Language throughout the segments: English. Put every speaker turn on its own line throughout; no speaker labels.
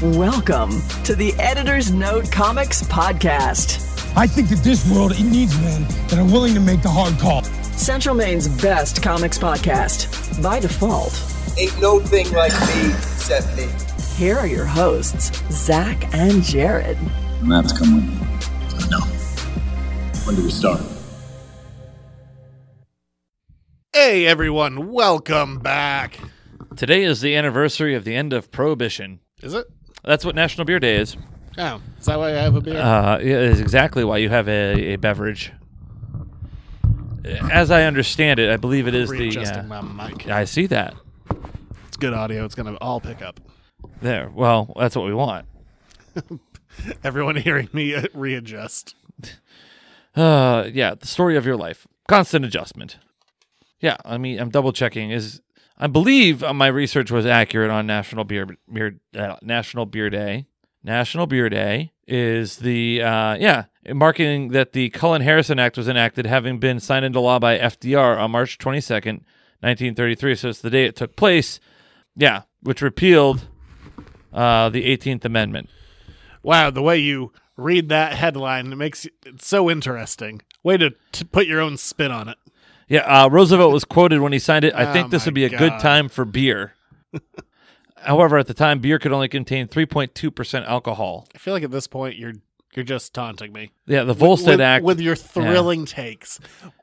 Welcome to the Editor's Note Comics Podcast,
I think that this world it needs men that are willing to make the hard call.
Central Maine's best comics podcast. By default,
ain't no thing like me except me.
here are your hosts, Zach and Jared.
Matt's coming. No. When do we start?
Hey everyone, welcome back.
Today is the anniversary of the end of Prohibition.
Is it?
That's what National Beer Day is.
Oh, is that why I have a beer?
Uh, it is exactly why you have a, a beverage. As I understand it, I believe it is the.
Readjusting
uh,
my mic.
I see that.
It's good audio. It's gonna all pick up.
There. Well, that's what we want.
Everyone hearing me uh, readjust.
Uh, yeah, the story of your life, constant adjustment. Yeah, I mean, I'm double checking. Is I believe uh, my research was accurate on National Beer Beer uh, National Beer Day. National Beer Day is the uh, yeah marking that the Cullen Harrison Act was enacted, having been signed into law by FDR on March 22nd, 1933. So it's the day it took place. Yeah, which repealed uh, the 18th Amendment.
Wow, the way you read that headline it makes it it's so interesting. Way to t- put your own spin on it.
Yeah, uh, Roosevelt was quoted when he signed it. I think
Oh
this
my
would be a
God.
good time for beer. However, at the time, beer could only contain 3.2% alcohol.
I feel like at this point you're you're just taunting me.
Yeah, the
With-
Volstead
with,
Act.
with your
yeah.
thrilling takes.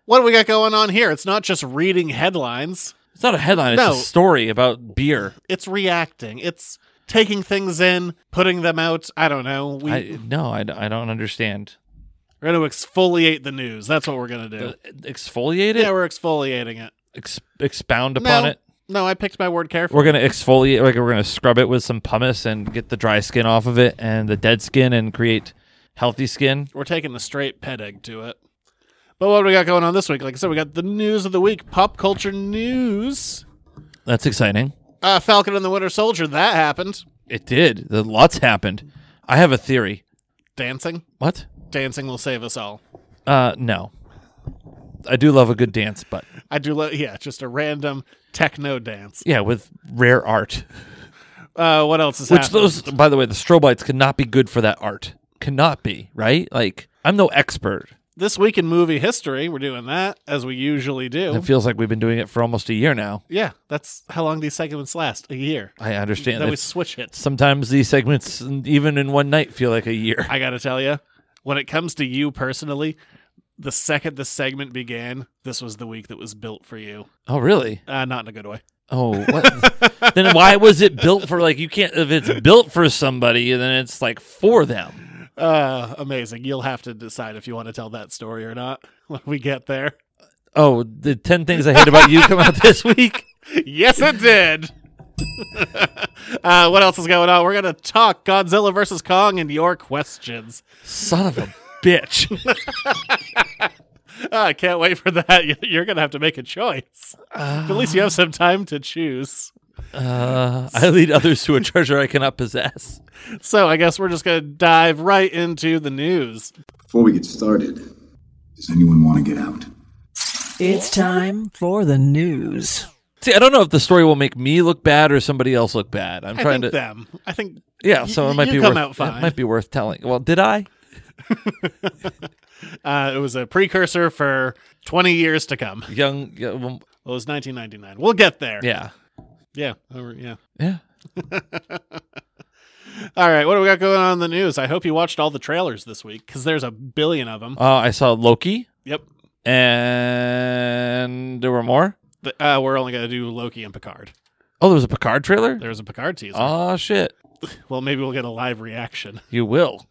What do we got going on here? It's not just reading headlines.
It's not a headline, it's
No.
a story about beer.
It's reacting. It's taking things in, putting them out. I don't know. We,
I, no, I, I don't understand. Uh,
We're going to exfoliate the news. That's what we're going to do.
Exfoliate it?
Yeah, we're exfoliating it.
Ex- expound
No,
upon it?
no, I picked my word carefully.
We're going to exfoliate, like we're going to scrub it with some pumice and get the dry skin off of it and the dead skin and create healthy skin.
We're taking the straight ped egg to it. But what do we got going on this week? Like I said, we got the news of the week, pop culture news.
That's exciting.
Uh, Falcon and the Winter Soldier. That happened.
It did. The, lots happened. I have a theory.
Dancing.
What?
Dancing will save us all.
Uh, no. I do love a good dance, but
I do. Lo- yeah, just a random techno dance.
yeah, with rare art,
Uh, what else is
which
happening?
those, by the way, the strobe lights could not be good for that art. Cannot be right. Like I'm no expert.
This week in movie history, we're doing that as we usually do.
It feels like we've been doing it for almost a year now.
yeah, that's how long these segments last. A year.
I understand.
Then
that
we switch it.
Sometimes these segments, even in one night, feel like a year.
I gotta tell you, when it comes to you personally, the second the segment began, this was the week that was built for you.
Oh, really?
Uh, not in a good way.
Oh, what? then why was it built for? Like you can't. If it's built for somebody, then it's like for them.
Uh, amazing. You'll have to decide if you want to tell that story or not when we get there.
Oh, the ten things I hate about you come out this week.
Yes, it did. uh, what else is going on? We're gonna talk Godzilla versus Kong and your questions.
Son of a bitch.
Uh, I can't wait for that. You- You're gonna have to make a choice. At least you have some time to choose.
Uh, I lead others to a treasure I cannot possess.
So I guess we're just gonna dive right into the news.
Before we get started, does anyone want to get out?
It's time for the news.
See, I don't know if the story will make me look bad or somebody else look bad. I'm
I
trying
think
to,
them. I think
yeah. So
y-
it might
you
be
come
worth
out fine.
it might be worth telling. Well, did I?
uh, it was a precursor for 20 years to come.
Young, yeah, well,
Well, it was 1999. We'll get there.
yeah,
Yeah. Over- yeah.
yeah.
All right. What do we got going on in the news? I hope you watched all the trailers this week because there's a billion of them.
Uh, I saw Loki,
yep.
and there were more.
The- uh, we're only going to do Loki and Picard.
Oh, there was a Picard trailer.
There was a Picard teaser.
Oh shit,
well, maybe we'll get a live reaction.
you will.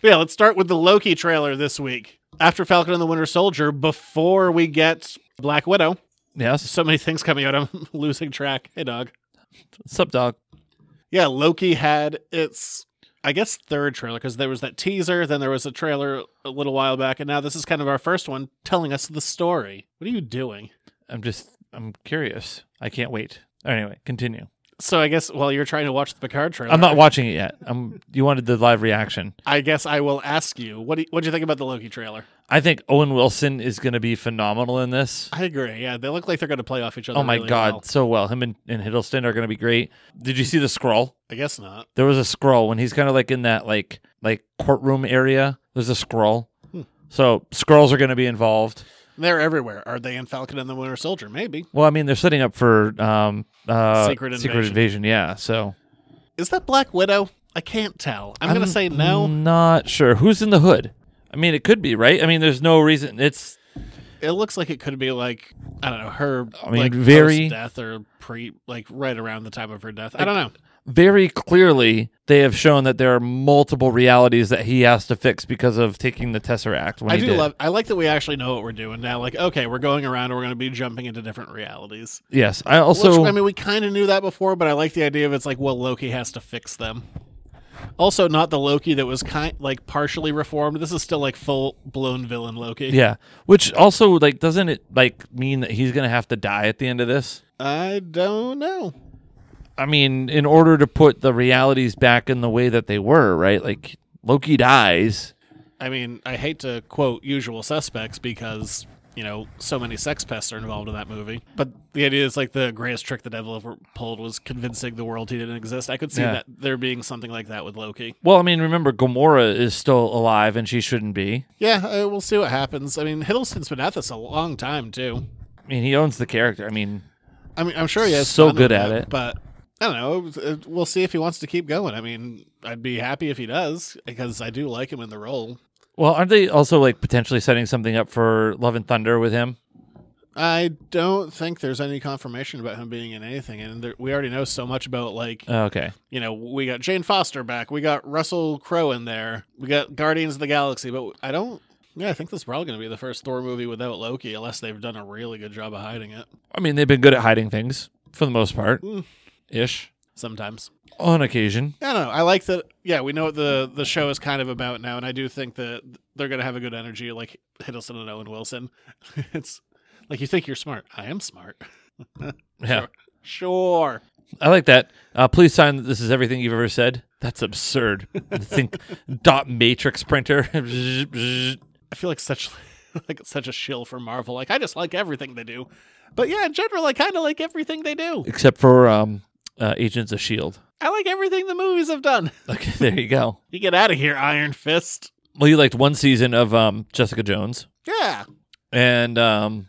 But yeah, let's start with the Loki trailer this week. After Falcon and the Winter Soldier, before we get Black Widow.
Yes.
So many things coming out. I'm losing track. Hey, dog.
Sup, dog.
Yeah, Loki had its, I guess, third trailer because there was that teaser, then there was a trailer a little while back, and now this is kind of our first one telling us the story. What are you doing?
I'm just, I'm curious. I can't wait. Anyway, continue.
So I guess while you're trying to watch the Picard trailer,
I'm not watching it yet. I'm. You wanted the live reaction.
I guess I will ask you what do you, what do you think about the Loki trailer?
I think Owen Wilson is going to be phenomenal in this.
I agree. Yeah, they look like they're going to play off each other.
Oh my
really
god,
well.
so well. Him and, and Hiddleston are going to be great. Did you see the scroll?
I guess not.
There was a scroll when he's kind of like in that like like courtroom area. There's a scroll.
Hmm.
So scrolls are going to be involved.
They're everywhere. Are they in Falcon and the Winter Soldier? Maybe.
Well, I mean, they're setting up for um uh
Secret Invasion.
invasion. Yeah. So
Is that Black Widow? I can't tell. I'm, gonna say no.
Not sure who's in the hood. I mean, it could be right. I mean, there's no reason. It's
It looks like it could be like I don't know her.
I mean,
like,
very-
death or pre like right around the time of her death. I don't know.
very clearly they have shown that there are multiple realities that he has to fix because of taking the tesseract. When
I
he
do
did.
love. I like that we actually know what we're doing now. Like, okay, we're going around and we're going to be jumping into different realities.
Yes, I also.
Which, I mean, we kind of knew that before, but I like the idea of it's like, well, Loki has to fix them. Also, not the Loki that was kind like partially reformed. This is still like full blown villain Loki.
yeah, which also like doesn't it like mean that he's gonna have to die at the end of this?
I don't know.
I mean, in order to put the realities back in the way that they were, right? Like Loki dies.
I mean, I hate to quote usual suspects because you know so many sex pests are involved in that movie. But the idea is like the greatest trick the devil ever pulled was convincing the world he didn't exist. I could see
Yeah.
that there being something like that with Loki.
Well, I mean, remember Gamora is still alive and she shouldn't be.
Yeah, uh, we'll see what happens. I mean, Hiddleston's been at this a long time too.
I mean, he owns the character. I mean,
I mean, I'm sure he has
So
fun
good
with
at
it,
it.
but I don't know. Uh, We'll see if he wants to keep going. I mean, I'd be happy if he does because I do like him in the role.
well, aren't they also like potentially setting something up for Love and Thunder with him?
I don't think there's any confirmation about him being in anything, and there, we already know so much about like
Oh, okay.
you know we got Jane Foster back, we got Russell Crowe in there, we got Guardians of the Galaxy, but I don't. Yeah, I think this is probably going to be the first Thor movie without Loki, unless they've done a really good job of hiding it.
I mean, they've been good at hiding things for the most part,
Mm.
ish,
Sometimes.
on occasion.
I don't know. I like that. Yeah, we know what the the show is kind of about now, and I do think that they're going to have a good energy, like Hiddleston and Owen Wilson. it's like you think you're smart. I am smart.
Yeah,
Sure.
I like that. Uh, please sign that this is everything you've ever said. That's absurd. I think dot matrix printer.
I feel like such like such a shill for Marvel. Like I just like everything they do, but yeah, in general, I kind of like everything they do.
Except for um, uh, Agents of S.H.I.E.L.D.
I like everything the movies have done.
Okay, there you go.
You get out of here, Iron Fist.
Well, you liked one season of um, Jessica Jones
Yeah,
and. Um,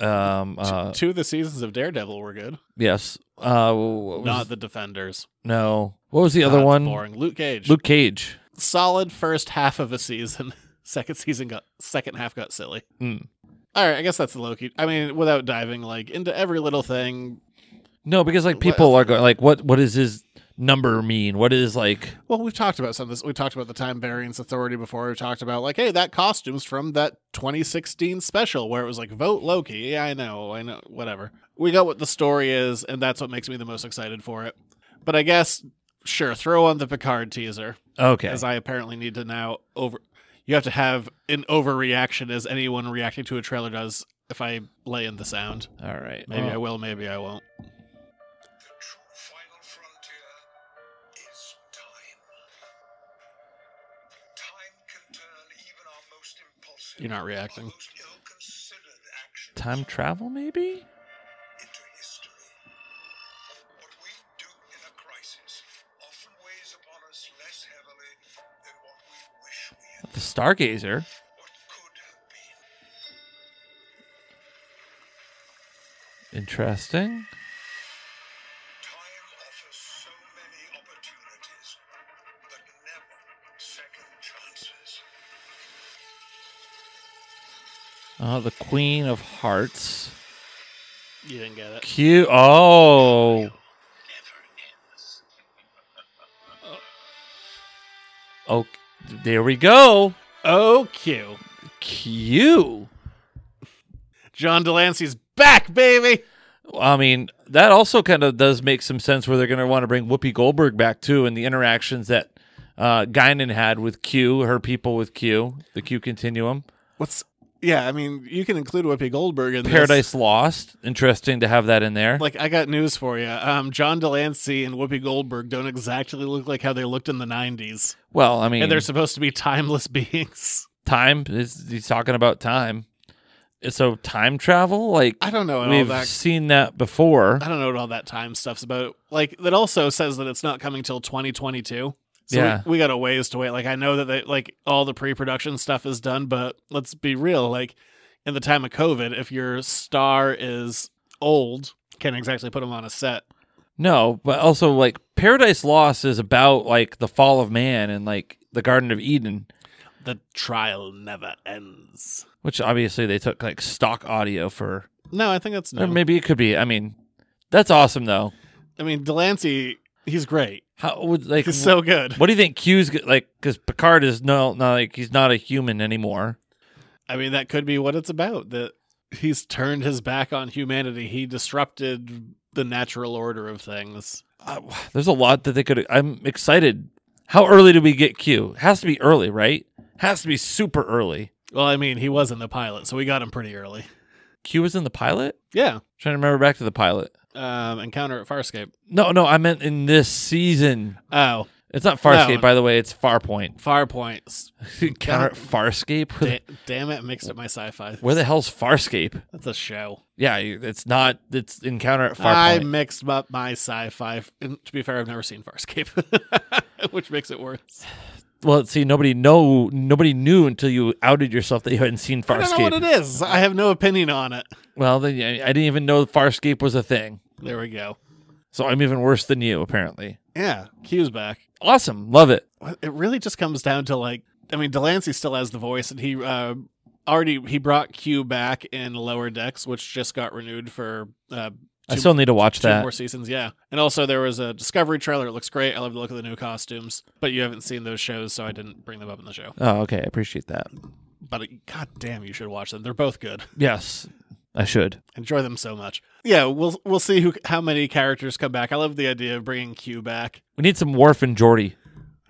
um uh
two of the seasons of Daredevil were good.
yes uh what was,
Not the Defenders.
no what was the
God,
other
it's
one
boring. Luke Cage.
luke cage
solid first half of a season. Second season got second half got silly.
Mm.
All right, I guess that's the Loki. I mean, without diving like into every little thing.
No, because like
What-
people are going like, what what does his number mean? What is like?
Well, we've talked about some of this. We talked about the time variance authority before. We talked about like, hey, that costume's from that 2016 special where it was like vote Loki. Yeah, I know, I know, whatever. We got what the story is, and that's what makes me the most excited for it. But I guess sure, throw on the Picard teaser.
Okay,
as I apparently need to now over. You have to have an overreaction as anyone reacting to a trailer does. If I lay in the sound,
all right. Uh,
maybe I
Well,
will, maybe I won't.
The true final frontier is time. Time can turn even our most impulsive,
You're not reacting.
most ill-considered actions
time travel, maybe.
into history. What we do in a crisis often weighs upon us less heavily than what we wish we had.
The Stargazer.
What could have been.
Interesting.
Time offers so many opportunities, but never second chances.
Uh, the Queen of Hearts.
You didn't get it.
Cute. Oh. Oh, there we go.
Oh, Q.
Q.
John Delancey's back, baby.
I mean, that also kind of does make some sense where they're going to want to bring Whoopi Goldberg back too, and the interactions that uh, Guinan had with Q, her people with Q, the Q continuum,
What's? Yeah, I mean, you can include Whoopi Goldberg in this.
Paradise Lost. Interesting to have that in there.
Like, I got news for you. Um, John Delancey and Whoopi Goldberg don't exactly look like how they looked in the '90s,
well, I mean,
and they're supposed to be timeless beings.
time is he's talking about time. So time travel, like
I don't know what all
we've
that-
seen that before.
I don't know what all that time stuff's about. Like that also says that it's not coming till 2022. So
Yeah.
we, we got a ways to wait. Like I know that they, like all the pre-production stuff is done, but let's be real. Like in the time of COVID, if your star is old, can't exactly put them on a set.
No, but also like Paradise Lost is about like the fall of man and like the Garden of Eden,
The trial never ends.
which obviously they took like stock audio for.
No, I think that's no.
Or maybe it could be. I mean, that's awesome though.
I mean, Delancey, he's great.
How would like
He's so good.
What do you think Q's g- like? Because Picard is no, not like he's not a human anymore.
I mean, that could be what it's about. That he's turned his back on humanity. He disrupted the natural order of things.
Uh, there's a lot that they could. I'm excited. How early do we get Q? Has to be early, right? Has to be super early.
Well, I mean, he was in the pilot, so we got him pretty early.
Q was in the pilot.
Yeah.
trying to remember back to the pilot.
Um, encounter at Farscape.
No, no, I meant in this season.
Oh,
It's not Farscape,
No.
by the way. It's Farpoint.
Farpoint.
Counter Farscape. Where the-
Da- damn it, mixed up my sci-fi.
Where the hell's Farscape?
That's a show.
Yeah, you- it's not. It's Encounter at
I
Farpoint.
mixed up my sci-fi. And to be fair, I've never seen Farscape, which makes it worse.
well, see, nobody know. Nobody knew until you outed yourself that you hadn't seen
I don't know what
Farscape.
it is. I have no opinion on it.
Well, then yeah, I didn't even know Farscape was a thing.
There we go.
So I'm even worse than you, apparently.
Yeah, Q's back.
Awesome, love it.
It really just comes down to like, I mean, Delancey still has the voice, and he uh, already he brought Q back in Lower Decks, which just got renewed for uh,
I still need to watch
two
that.
more seasons. Yeah, and also there was a Discovery trailer. It looks great. I love the look of the new costumes, but you haven't seen those shows, so I didn't bring them up in the show.
Oh, okay, I appreciate that.
But uh, god damn, you should watch them. They're both good.
Yes, I should.
Enjoy them so much. Yeah, we'll we'll see who how many characters come back. I love the idea of bringing Q back.
We need some Worf and Geordi.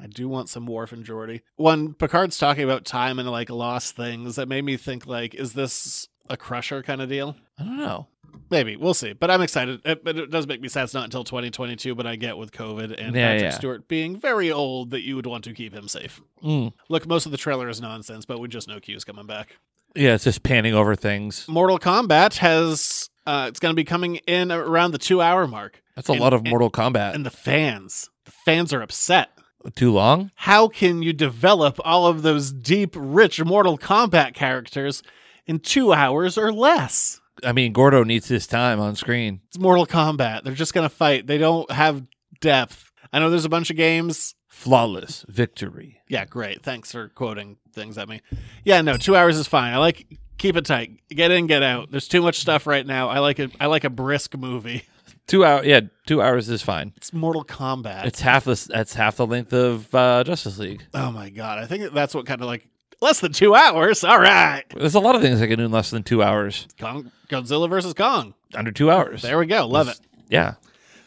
I do want some Worf and Geordi. When Picard's talking about time and like lost things, that made me think like, is this a crusher kind of deal?
I don't know.
Maybe we'll see. But I'm excited. It, but it does make me sad. It's not until 2022. But I get with COVID and
Yeah,
Patrick
yeah.
Stewart being very old that you would want to keep him safe.
Mm.
Look, most of the trailer is nonsense, but we just know Q's coming back.
Yeah, it's just panning over things.
Mortal Kombat has uh, it's going to be coming in around the two hour mark,
That's a
And-
lot of
and-
Mortal Kombat.
and the fans, the fans are upset.
Too long?
how can you develop all of those deep, rich Mortal Kombat characters in two hours or less?
I mean, Gordo needs his time on screen.
It's Mortal Kombat. They're just going to fight. They don't have depth. I know there's a bunch of games.
Flawless victory.
Yeah, great. Thanks for quoting things at me. Yeah, no, two hours is fine. I like keep it tight. Get in, get out. There's too much stuff right now. I like a I like a brisk movie.
Two hour. Yeah, two hours is fine.
It's Mortal Kombat.
It's half this. That's half the length of uh, Justice League.
oh my god. I think that's what kind of like less than two hours. All right.
There's a lot of things I can do in less than two hours.
Kong, Godzilla versus Kong.
Under two hours.
There we go. Love it.
Yeah.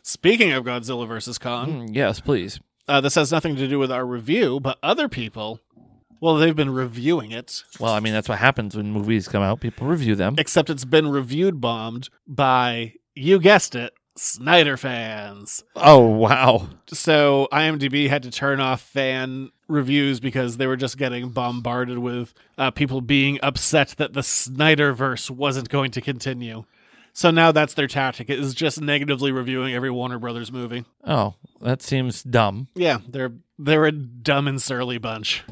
Speaking of Godzilla versus Kong,
Mm, yes, please.
uh, this has nothing to do with our review, but other people, well, they've been reviewing it,
Well, I mean, that's what happens when movies come out. People review them.
except it's been reviewed bombed by, you guessed it, Snyder fans.
Oh wow.
So IMDb had to turn off fan reviews because they were just getting bombarded with uh, people being upset that the Snyderverse wasn't going to continue. So now that's their tactic is just negatively reviewing every Warner Brothers movie.
Oh, that seems dumb.
Yeah, they're they're a dumb and surly bunch.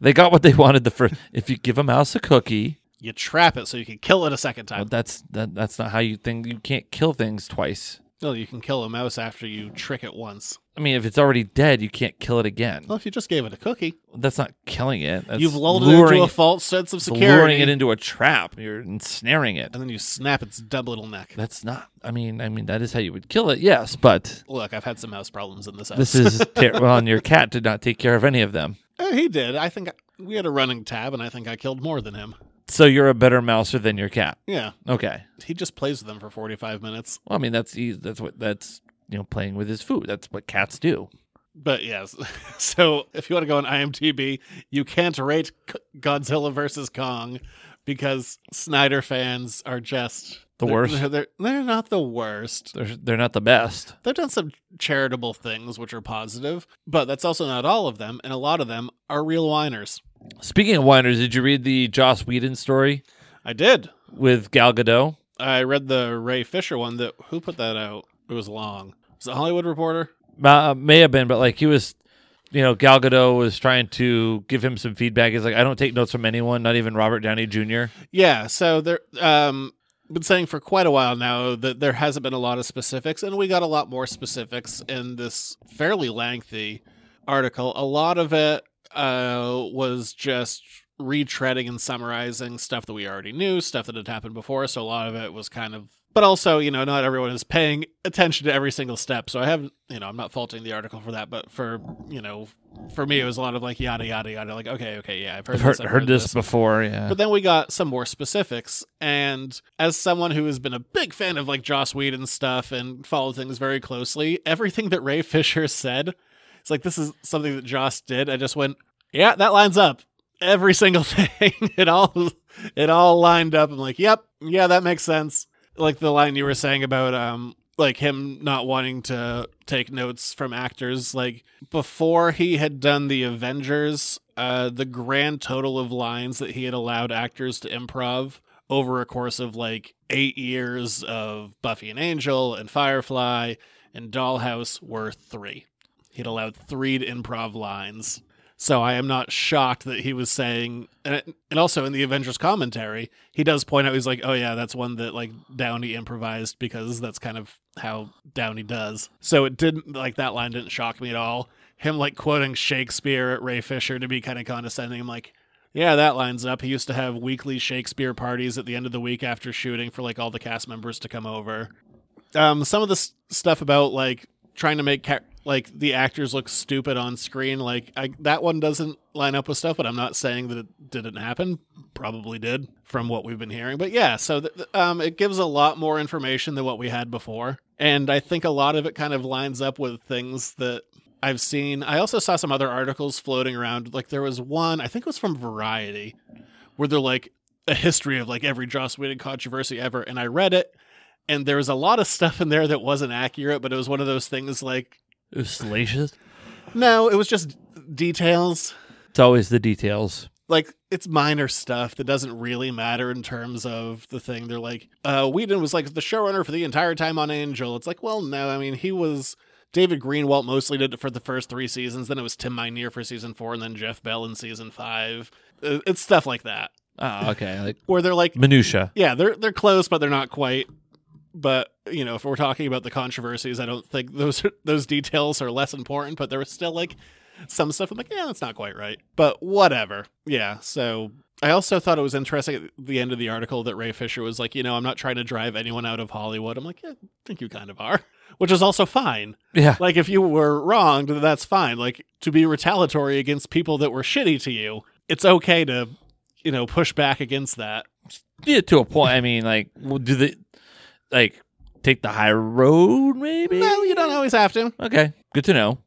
They got what they wanted the first. If you give a mouse a cookie,
you trap it so you can kill it a second
well,
time.
that's that, that's not how you think. You can't kill things twice.
No, you can kill a mouse after you trick it once.
I mean, if it's already dead, you can't kill it again.
Well, if you just gave it a cookie,
That's not killing it. That's
you've lulled it
luring
into a false sense of
it's
security,
luring it into a trap. You're ensnaring it.
and then you snap its dumb little neck.
That's not. I mean, I mean that is how you would kill it. Yes, but
Look, I've had some mouse problems in this house.
this is ter- well, and your cat did not take care of any of them.
Eh, he did. I think I, we had a running tab, and I think I killed more than him.
So you're a better mouser than your cat.
Yeah,
Okay.
he just plays with them for forty-five minutes.
Well, I mean that's eas- that's what that's you know playing with his food. That's what cats do.
But yes, so if you want to go on IMDb, you can't rate C- Godzilla versus Kong because Snyder fans are just
The
they're-
worst.
They're, they're not the worst.
They're they're not the best.
They've done some charitable things which are positive, but that's also not all of them, and a lot of them are real whiners.
Speaking of whiners, did you read the Joss Whedon story
I did.
with Gal Gadot?
I read the Ray Fisher one that who put that out? It was long. Was it Hollywood Reporter?
Ma- uh, may have been, but like he was, you know, Gal Gadot was trying to give him some feedback. He's like, I don't take notes from anyone, not even Robert Downey Jr.
Yeah, so there um been saying for quite a while now that there hasn't been a lot of specifics and we got a lot more specifics in this fairly lengthy article. A lot of it uh was just retreading and summarizing stuff that we already knew, stuff that had happened before, so a lot of it was kind of but also, you know, not everyone is paying attention to every single step. So I have, you know, I'm not faulting the article for that, but for, you know, for me it was a lot of like yada yada yada like okay, okay, yeah, I've heard
I've heard,
this, I've
heard this before. Yeah.
but then we got some more specifics. And as someone who has been a big fan of like Joss Whedon stuff and followed things very closely, everything that Ray Fisher said, it's like this is something that Joss did. I just went, yeah, that lines up. Every single thing, it all, it all lined up. I'm like, yep, yeah, that makes sense. Like the line you were saying about um, like him not wanting to take notes from actors. Like before he had done the Avengers, uh, the grand total of lines that he had allowed actors to improv over a course of like eight years of Buffy and Angel and Firefly and Dollhouse were three. He'd allowed three to improv lines. So I am not shocked that he was saying, and, it- and also in the Avengers commentary, he does point out he's like, "Oh yeah, that's one that like Downey improvised because that's kind of how Downey does." So it didn't like that line didn't shock me at all. Him like quoting Shakespeare at Ray Fisher to be kind of condescending. I'm like, yeah, that lines up. He used to have weekly Shakespeare parties at the end of the week after shooting for like all the cast members to come over. Um, some of the s- stuff about like trying to make ca- like the actors look stupid on screen, like I, that one doesn't line up with stuff. But I'm not saying that it didn't happen. Probably did from what we've been hearing. But yeah, so th- th- um, it gives a lot more information than what we had before, and I think a lot of it kind of lines up with things that I've seen. I also saw some other articles floating around. Like there was one, I think it was from Variety, where they're like a history of like every Joss Whedon controversy ever. And I read it, and there was a lot of stuff in there that wasn't accurate, but it was one of those things like
It was salacious.
no, it was just details.
It's always the details.
Like it's minor stuff that doesn't really matter in terms of the thing. They're like, uh, Whedon was like the showrunner for the entire time on Angel. It's like, well, no, I mean he was David Greenwalt mostly did it for the first three seasons. Then it was Tim Minear for season four, and then Jeff Bell in season five. Uh, It's stuff like that
Oh, okay. Like
where they're Ah, like,
minutia.
yeah, they're they're close, but they're not quite. But you know, if we're talking about the controversies, I don't think those those details are less important. But there was still like some stuff. I'm like, yeah, that's not quite right. But whatever. Yeah. So I also thought it was interesting at the end of the article that Ray Fisher was like, you know, I'm not trying to drive anyone out of Hollywood. I'm like, yeah, I think you kind of are, which is also fine.
Yeah.
Like if you were wronged, then that's fine. Like to be retaliatory against people that were shitty to you, it's okay to, you know, push back against that.
Yeah, to a point. I mean, like, well, do they like take the high road? Maybe.
No, you don't always have to.
Okay, good to know.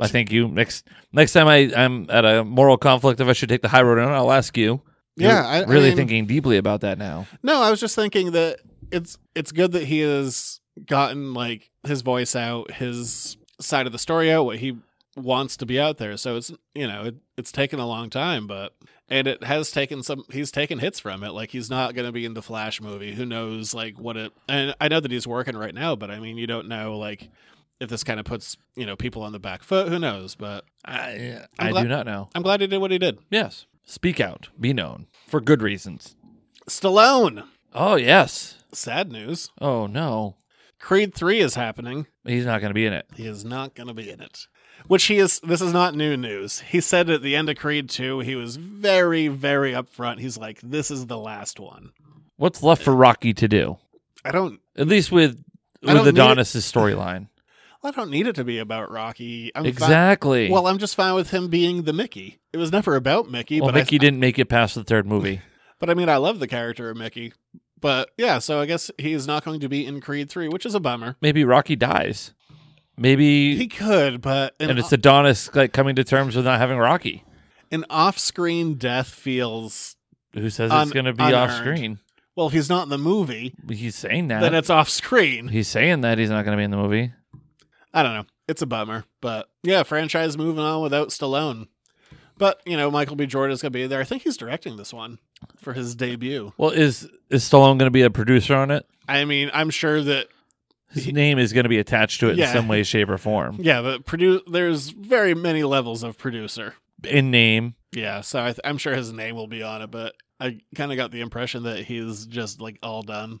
I think you next next time I I'm at a moral conflict if I should take the high road or not, I'll ask you.
Yeah,
You're
I- I
really
mean-
thinking deeply about that now.
No, I was just thinking that it's it's good that he has gotten like his voice out, his side of the story out, what he wants to be out there. So it's you know it, it's taken a long time, but and it has taken some. He's taken hits from it. Like he's not going to be in the Flash movie. Who knows? Like what it. And I know that he's working right now, but I mean you don't know like if this kind of puts you know people on the back foot. Who knows? But
I
uh, I'm
I
glad-
do not know.
I'm glad he did what he did.
Yes, speak out, be known for good reasons.
Stallone.
Oh yes.
Sad news.
Oh no,
Creed three is happening.
he's not going to be in it.
He is not going to be in it. Which he is, this is not new news. He said at the end of Creed 2, he was very, very upfront. He's like, this is the last one.
What's left for Rocky to do?
I don't,
At least with
I
with
don't need-
Adonis's storyline.
I don't need it to be about Rocky. I'm fine-
Exactly.
Well, I'm just fine with him being the Mickey. It was never about Mickey,
well
but,
Mickey
I,
didn't make it past the third movie.
but I mean, I love the character of Mickey. But yeah, so I guess he is not going to be in Creed 3, which is a bummer.
Maybe Rocky dies. Maybe
He could, but an,
and it's Adonis like coming to terms with not having Rocky.
an off screen death feels,
Who says
Un-
it's going to be
unearned.
off screen?
well, if he's not in the movie,
He's saying that.
then it's off screen.
he's saying that he's not going to be in the movie.
I don't know. It's a bummer, but yeah, franchise moving on without Stallone. But you know, Michael B. Jordan is going to be there. I think he's directing this one for his debut.
Well, is is Stallone going to be a producer on it?
I mean, I'm sure that
His name is going to be attached to it
Yeah.
in some way, shape, or form.
yeah, but produ- there's very many levels of producer.
In name,
Yeah, so I th- I'm sure his name will be on it, but I kind of got the impression that he's just like all done,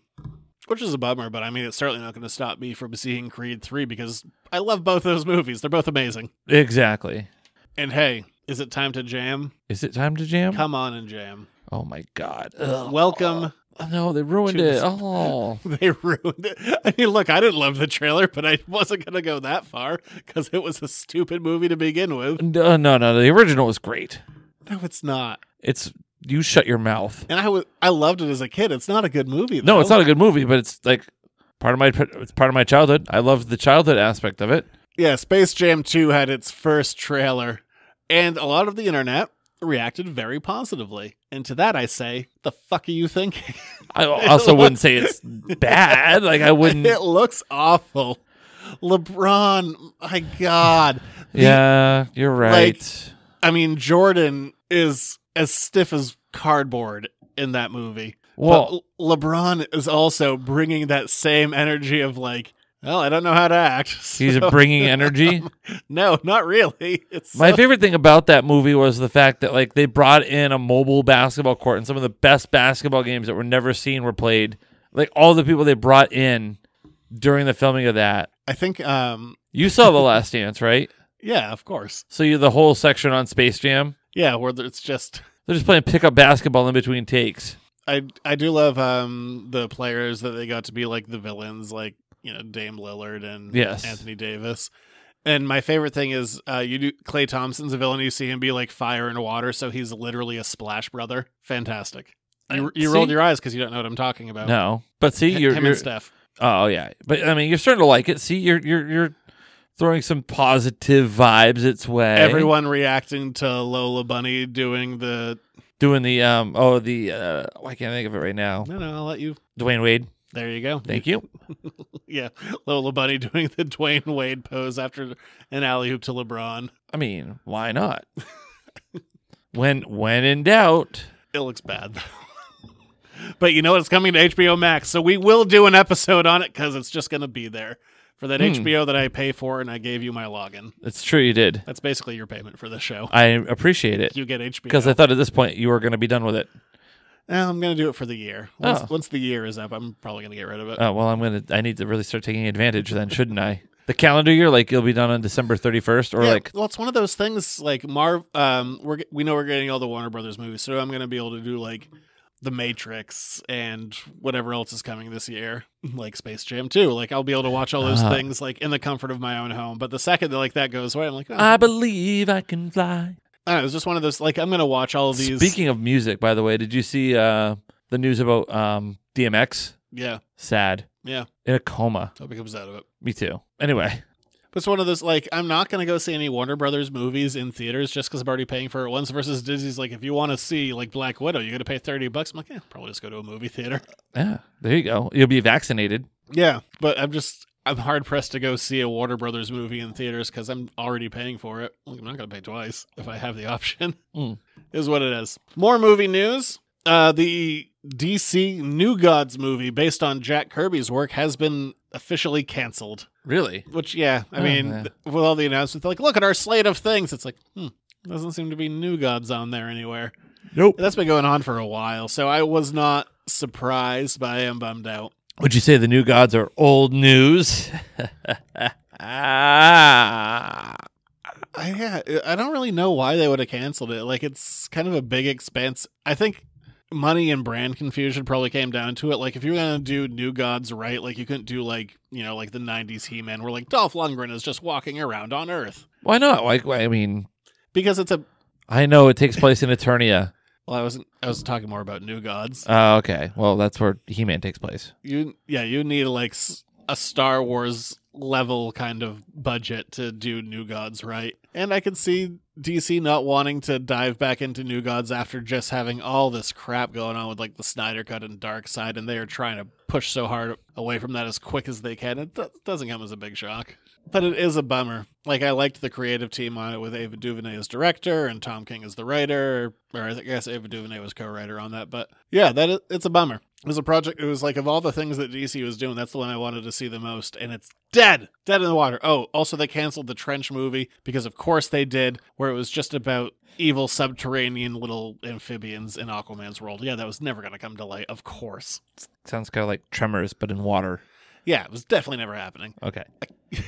which is a bummer. But I mean, it's certainly not going to stop me from seeing Creed three because I love both those movies. They're both amazing.
exactly.
And hey, is it time to jam?
Is it time to jam?
Come on and jam.
Oh my god! Ugh.
Welcome.
Oh, no, they ruined
to
it.
this-
Oh,
They ruined it. I mean, look, I didn't love the trailer, but I wasn't going to go that far because it was a stupid movie to begin with.
no, no, no. The original was great.
No, it's not.
It's you shut your mouth.
And I was I loved it as a kid. It's not a good movie. Though.
No, it's not a good movie, but it's like part of my it's part of my childhood. I loved the childhood aspect of it.
Yeah, Space Jam 2 had its first trailer, and a lot of the internet reacted very positively. And to that I say, the fuck are you thinking?
I also wouldn't say it's bad. Like I wouldn't.
it looks awful. LeBron, my God. The-
Yeah, you're right.
I mean, Jordan is as stiff as cardboard in that movie.
Well-
but Le- LeBron is also bringing that same energy of like, well, I don't know how to act.
He's
so-
bringing energy.
no, not really. It's
My
so-
favorite thing about that movie was the fact that like they brought in a mobile basketball court and some of the best basketball games that were never seen were played. Like all the people they brought in during the filming of that.
I think, um,
You saw The Last Dance, right?
yeah, of course.
So you the whole section on Space Jam.
Yeah, where it's just
They're just playing pickup basketball in between takes.
I I do love um the players that they got to be like the villains, like you know Dame Lillard and
Yes.
Anthony Davis. And my favorite thing is uh, you do Clay Thompson's a villain. You see him be like fire and water, so he's literally a Splash Brother. Fantastic. You,
I-
you rolled
see?
your eyes because you don't know what I'm talking about.
No, but see,
H-
you're,
him
you're
and Steph.
oh yeah, but I mean, you're starting to like it. See, you're you're you're throwing some positive vibes its way.
Everyone reacting to Lola Bunny doing the
doing the um oh the uh oh, I can't think of it right now.
no no. I'll let you.
Dwayne Wade,
There you go.
thank you.
Yeah, Lola Bunny doing the Dwayne Wade pose after an alley hoop to LeBron.
I mean, why not? when when in doubt,
It looks bad though. but you know it's coming to HBO Max, so we will do an episode on it because it's just going to be there for
Hmm.
that HBO that I pay for, and I gave you my login.
it's true you did.
That's basically your payment for the show.
I appreciate it
You get HBO
because I thought at this point you were going to be done with it.
Eh, I'm going to do it for the year. Once,
Oh.
once the year is up, I'm probably going to get rid of it.
Oh well, I'm gonna. I need to really start taking advantage then, shouldn't I? The calendar year, like you'll be done on December 31st, or
Yeah,
like
well, it's one of those things like Marv. Um, we're g- we know we're getting all the Warner Brothers movies, so I'm going to be able to do like The Matrix and whatever else is coming this year, like Space Jam 2. Like I'll be able to watch all those
Ah.
things like in the comfort of my own home. But the second that like that goes away, I'm like, oh.
I believe I can fly.
I don't know, it's just one of those like I'm going to watch all of these.
Speaking of music, by the way, did you see uh, the news about um, DMX?
yeah,
Sad.
Yeah.
In a coma.
hope he comes out of it.
Me too. Anyway,
But it's one of those like I'm not gonna go see any Warner Brothers movies in theaters just because I'm already paying for it once. Versus Disney's like if you want to see like Black Widow, you're gonna pay thirty bucks. I'm like, yeah, probably just go to a movie theater.
yeah, there you go. You'll be vaccinated.
Yeah, but I'm just I'm hard pressed to go see a Warner Brothers movie in theaters because I'm already paying for it. Like, I'm not gonna pay twice if I have the option.
Mm.
Is what it is. More movie news. Uh, the DC New Gods movie based on Jack Kirby's work has been officially canceled.
Really?
Which, yeah, I
Oh,
mean,
yeah.
th- with all the announcements, like, look at our slate of things. It's like, hmm, doesn't seem to be New Gods on there anywhere.
Nope.
That's been going on for a while, so I was not surprised, but I am bummed out.
Would you say the new gods are old news? ah.
I, yeah, I don't really know why they would have canceled it. Like, it's kind of a big expense. I think money and brand confusion probably came down to it. Like, if you were going to do New Gods right, like, you couldn't do, like, you know, like the 90s He Man, where, like, Dolph Lundgren is just walking around on Earth.
Why not? Like, I mean,
Because it's a.
I know it takes place in Eternia.
Well, I wasn't. I was talking more about New Gods.
Uh, okay. Well, that's where He Man takes place.
you yeah you need like s- a star wars level kind of budget to do New Gods right. And I could see DC not wanting to dive back into New Gods after just having all this crap going on with like the Snyder Cut and Dark Side, and they are trying to push so hard away from that as quick as they can. It do- doesn't come as a big shock, but it is a bummer. Like I liked the creative team on it with Ava DuVernay as director and Tom King as the writer, or I guess Ava DuVernay was co-writer on that. But yeah, that is, it's a bummer. It was a project. It was like of all the things that DC was doing, that's the one I wanted to see the most, and it's dead, dead in the water. Oh, also they canceled the Trench movie because of course they did, where it was just about evil subterranean little amphibians in Aquaman's world. Yeah, that was never going to come to light. Of course.
Sounds kind of like Tremors, but in water.
Yeah, it was definitely never happening.
Okay.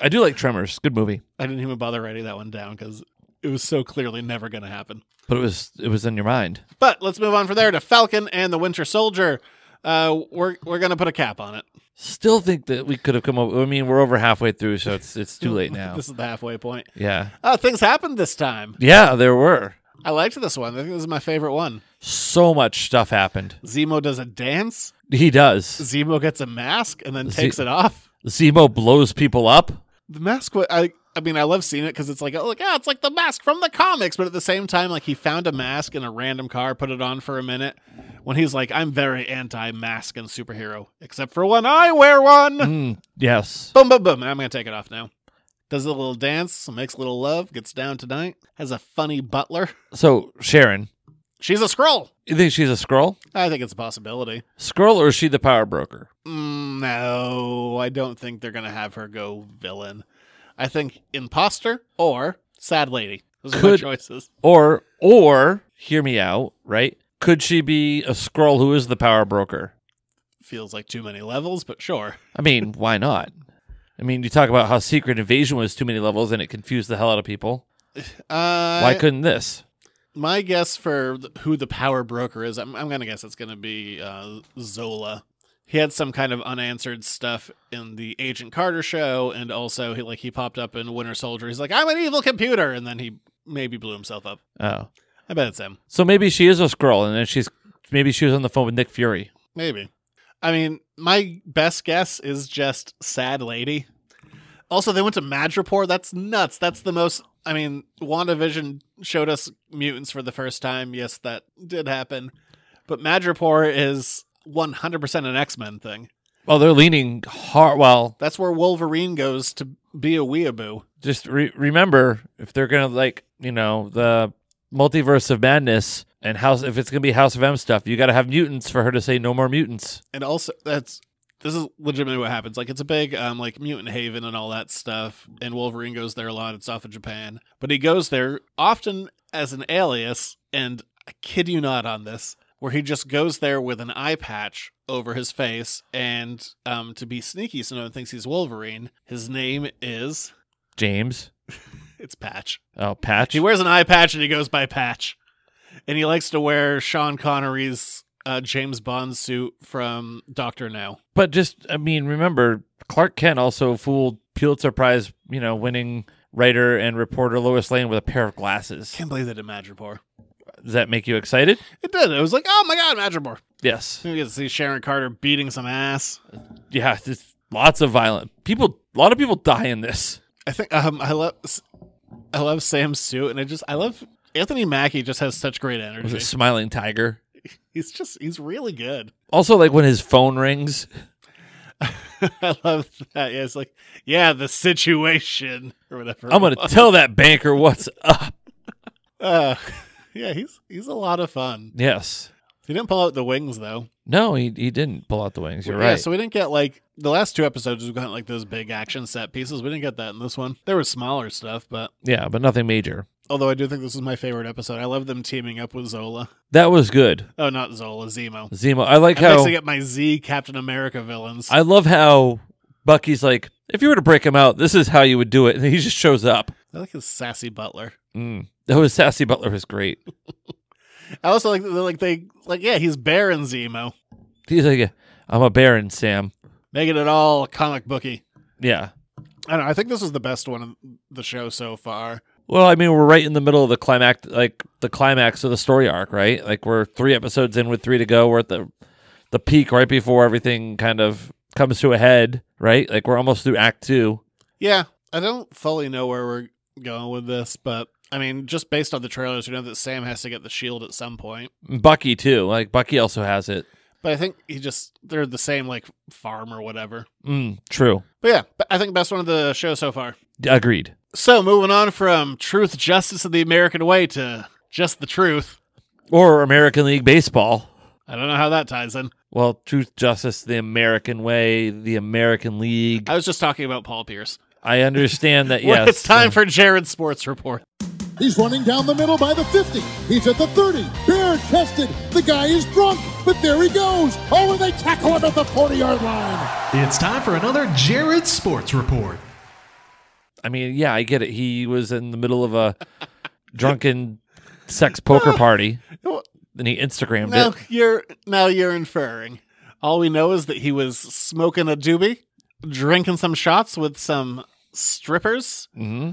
I do like Tremors. Good movie,
I didn't even bother writing that one down because it was so clearly never going to happen.
but it was it was in your mind.
But let's move on from there to Falcon and the Winter Soldier. Uh, we're we're gonna put a cap on it.
Still think that we could have come up. I mean, we're over halfway through, so it's it's too late now.
this is the halfway point.
Yeah,
Uh, things happened this time.
yeah, there were
I liked this one. I think this is my favorite one.
so much stuff happened.
Zemo does a dance.
He does.
Zemo gets a mask and then
Z-
takes it off.
Zemo blows people up.
The mask. wa- I I mean, I love seeing it because it's like, oh, look, ah, it's like the mask from the comics. But at the same time, like he found a mask in a random car, put it on for a minute. When he's like, I'm very anti-mask and superhero, except for when I wear one.
Mm, yes.
Boom, boom, boom. I'm going to take it off now. Does a little dance, makes a little love, gets down tonight, has a funny butler.
So Sharon,
She's a scroll.
you think she's a scroll?
I think it's a possibility.
Scroll, or is she the power broker?
Mm, no, I don't think they're going to have her go villain. I think imposter or sad lady. Those are my
Could-
choices.
Or or hear me out, right? Could she be a scroll who is the power broker?
Feels like too many levels, but sure.
I mean, why not? I mean, you talk about how Secret Invasion was too many levels and it confused the hell out of people.
Uh,
Why couldn't this?
my guess for th- who the power broker is, I'm, I'm going to guess it's going to be uh, Zola. He had some kind of unanswered stuff in the Agent Carter show, and also he like he popped up in Winter Soldier. He's like, "I'm an evil computer," and then he maybe blew himself up.
Oh,
I bet it's him.
so maybe she is a scroll, and then she's maybe she was on the phone with Nick Fury.
Maybe. I mean, my best guess is just sad lady. Also, they went to Madripoor. That's nuts. That's the most. I mean, WandaVision showed us mutants for the first time. Yes, that did happen. But Madripoor is 100% an X Men thing.
Well, they're leaning hard. Well,
That's where Wolverine goes to be a weeaboo.
just re- remember if they're gonna like you know the multiverse of madness and house if it's gonna be House of M stuff, you got to have mutants for her to say no more mutants.
and also that's this is legitimately what happens. Like it's a big um like mutant haven and all that stuff, and Wolverine goes there a lot. It's off of Japan, but he goes there often as an alias, and I kid you not on this, where he just goes there with an eye patch over his face, and um to be sneaky, so no one thinks he's Wolverine. His name is
James,
it's Patch.
oh Patch,
He wears an eye patch and he goes by Patch. And he likes to wear Sean Connery's uh, James Bond suit from Doctor Now.
but just I mean, remember Clark Kent also fooled Pulitzer Prize you know winning writer and reporter Lois Lane with a pair of glasses.
Can't believe they did Madripoor.
Does that make you excited?
It did. It was like, oh my god, Madripoor.
Yes.
We get to see Sharon Carter beating some ass.
Yeah. Just lots of violent people. A lot of people die in this.
I think um, I love, I love Sam's suit, and I just I love Anthony Mackie. Just has such great
Was
energy.
it Smiling Tiger?
He's just he's really good.
Also, like when his phone rings.
I love that. Yeah, it's like yeah, the situation or whatever.
I'm gonna tell that banker what's up.
Uh, yeah, he's he's a lot of fun.
Yes.
He didn't pull out the wings though.
No, he he didn't pull out the wings. You're
Yeah,
right.
so we didn't get like the last two episodes. We've gotten like those big action set pieces. We didn't get that in this one. There was smaller stuff, but
yeah, but nothing major.
Although I do think this is my favorite episode. I love them teaming up with Zola.
That was good.
Oh, not Zola, Zemo.
Zemo. I like
I'm mixing
how
up my Z Captain America villains.
I love how Bucky's like, if you were to break him out, this is how you would do it, and he just shows up.
I like his sassy butler.
Mm. That was sassy Butler was great.
I also like that they're like they like yeah he's Baron Zemo,
He's like, I'm a Baron, Sam.
making it all comic booky.
Yeah.
I don't know. I think this is the best one of the show so far.
Well, I mean, we're right in the middle of the climax, like the climax of the story arc, right? Like we're three episodes in with three to go. We're at the the peak right before everything kind of comes to a head, right? Like we're almost through Act Two.
Yeah, I don't fully know where we're going with this, but I mean, just based on the trailers, we know that Sam has to get the shield at some point.
Bucky too. Like Bucky also has it.
But I think he just they're the same like farm or whatever.
Mm, true.
But yeah, but I think best one of the show so far.
Agreed.
So moving on from truth, justice, and the American way to just the truth.
Or American League baseball.
I don't know how that ties in.
Well, truth, justice, the American way, the American League.
I was just talking about Paul Pierce.
I understand that.
Well,
yes,
it's time for Jared's sports report.
He's running down the middle by the 50. He's at the 30. Bare chested. The guy is drunk, but there he goes. Oh, and they tackle him at the 40 yard line.
It's time for another Jared Sports Report.
I mean, yeah, I get it. He was in the middle of a drunken sex poker party, and he Instagrammed
Now
it.
you're now you're inferring. All we know is that he was smoking a doobie, drinking some shots with some strippers.
hmm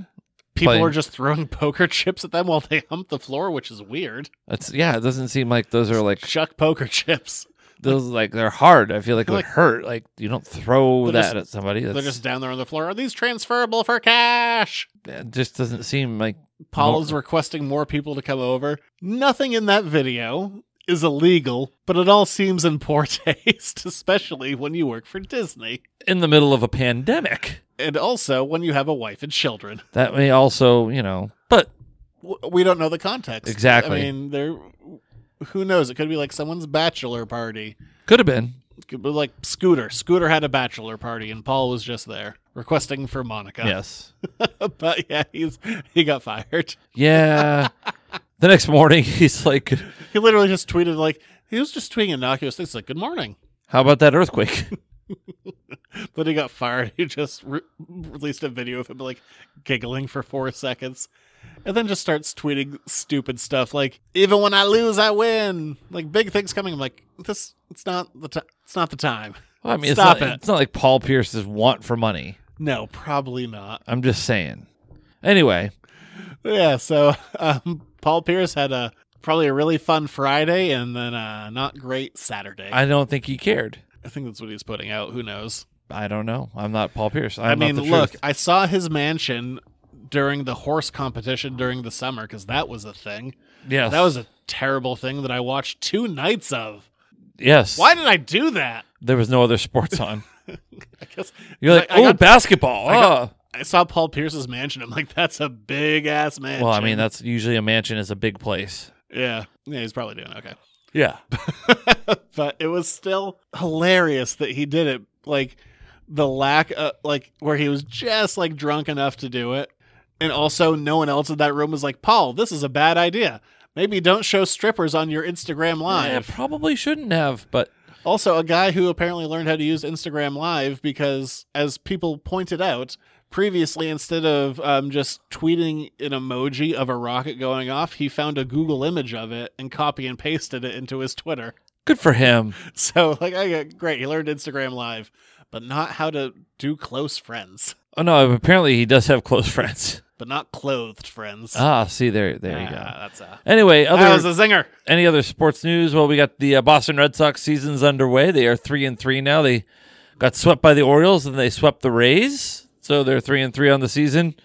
People
Playing-
were just throwing poker chips at them while they hump the floor, which is weird.
That's yeah. It doesn't seem like those are like
Chuck poker chips.
those like they're hard. I feel like it would
Like-
hurt. Like you don't throw
They're
that
just-
at somebody.
They're
That's,
just down there on the floor. Are these transferable for cash?
it just doesn't seem like
Paul
Mo-
is requesting more people to come over. Nothing in that video is illegal, but it all seems in poor taste, especially when you work for Disney.
in the middle of a pandemic.
And also when you have a wife and children.
That may also you know, but
W- We don't know the context.
Exactly.
I mean, there. Who knows? It could be like someone's bachelor party.
could have been.
It could be like Scooter. Scooter had a bachelor party, and Paul was just there requesting for Monica.
Yes.
but yeah, he's he got fired.
Yeah. the next morning, he's like,
He literally just tweeted like he was just tweeting innocuous things like "Good morning."
"How about that earthquake?"
But he got fired. He just re- released a video of him like giggling for four seconds, and then just starts tweeting stupid stuff like "Even when I lose, I win." Like big things coming. I'm like, this. It's not the. T- it's not the time.
Well, I mean,
Stop
it's not,
it.
It's not like Paul Pierce's want for money.
No, probably not.
I'm just saying. Anyway,
Yeah. So um, Paul Pierce had a probably a really fun Friday, and then uh, not great Saturday. I,
I don't think he cared.
think that's what he's putting out. Who knows?
I don't know. I'm not Paul Pierce. I'm
i mean,
not the
look,
truth.
I saw his mansion during the horse competition during the summer because that was a thing.
Yes,
That was a terrible thing that I watched two nights of.
yes.
Why did I do that?
There was no other sports on.
I guess
You're like,
I,
oh,
got-
basketball.
I got-
ah."
I saw Paul Pierce's mansion. I'm like, that's a big ass mansion.
Ah. Well, I mean, that's usually a mansion is a big place.
yeah, yeah, he's probably doing okay.
Yeah.
but it was still hilarious that he did it. Like the lack of like where he was just like drunk enough to do it, and also no one else in that room was like, Paul, this is a bad idea. Maybe don't show strippers on your Instagram
I
live.
probably shouldn't have, but
Also, a guy who apparently learned how to use Instagram Live because, as people pointed out previously, instead of um, just tweeting an emoji of a rocket going off, he found a Google image of it and copy and pasted it into his Twitter.
good for him.
So, like, I, great, he learned Instagram Live, but not how to do close friends,
Oh no, apparently he does have close friends.
but not clothed friends.
Ah, see there, there you
Ah,
go.
That's a
Anyway, other
that was a zinger.
any other sports news? Well, we got the uh, Boston Red Sox season's underway. They are three and three now. They got swept by the Orioles and they swept the Rays, so they're three and three on the season.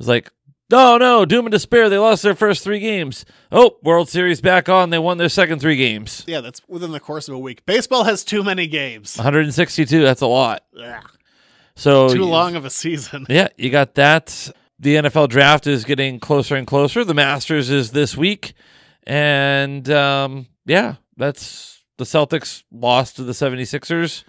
It's like, oh no, doom and despair. They lost their first three games. Oh, World Series back on. They won their second three games.
Yeah, that's within the course of a week. Baseball has too many games.
162. That's a lot.
Ugh,
So
too
you-
long of a season.
Yeah, you got that. The NFL draft is getting closer and closer. The Masters is this week, and um, yeah, that's the Celtics lost to the 76ers.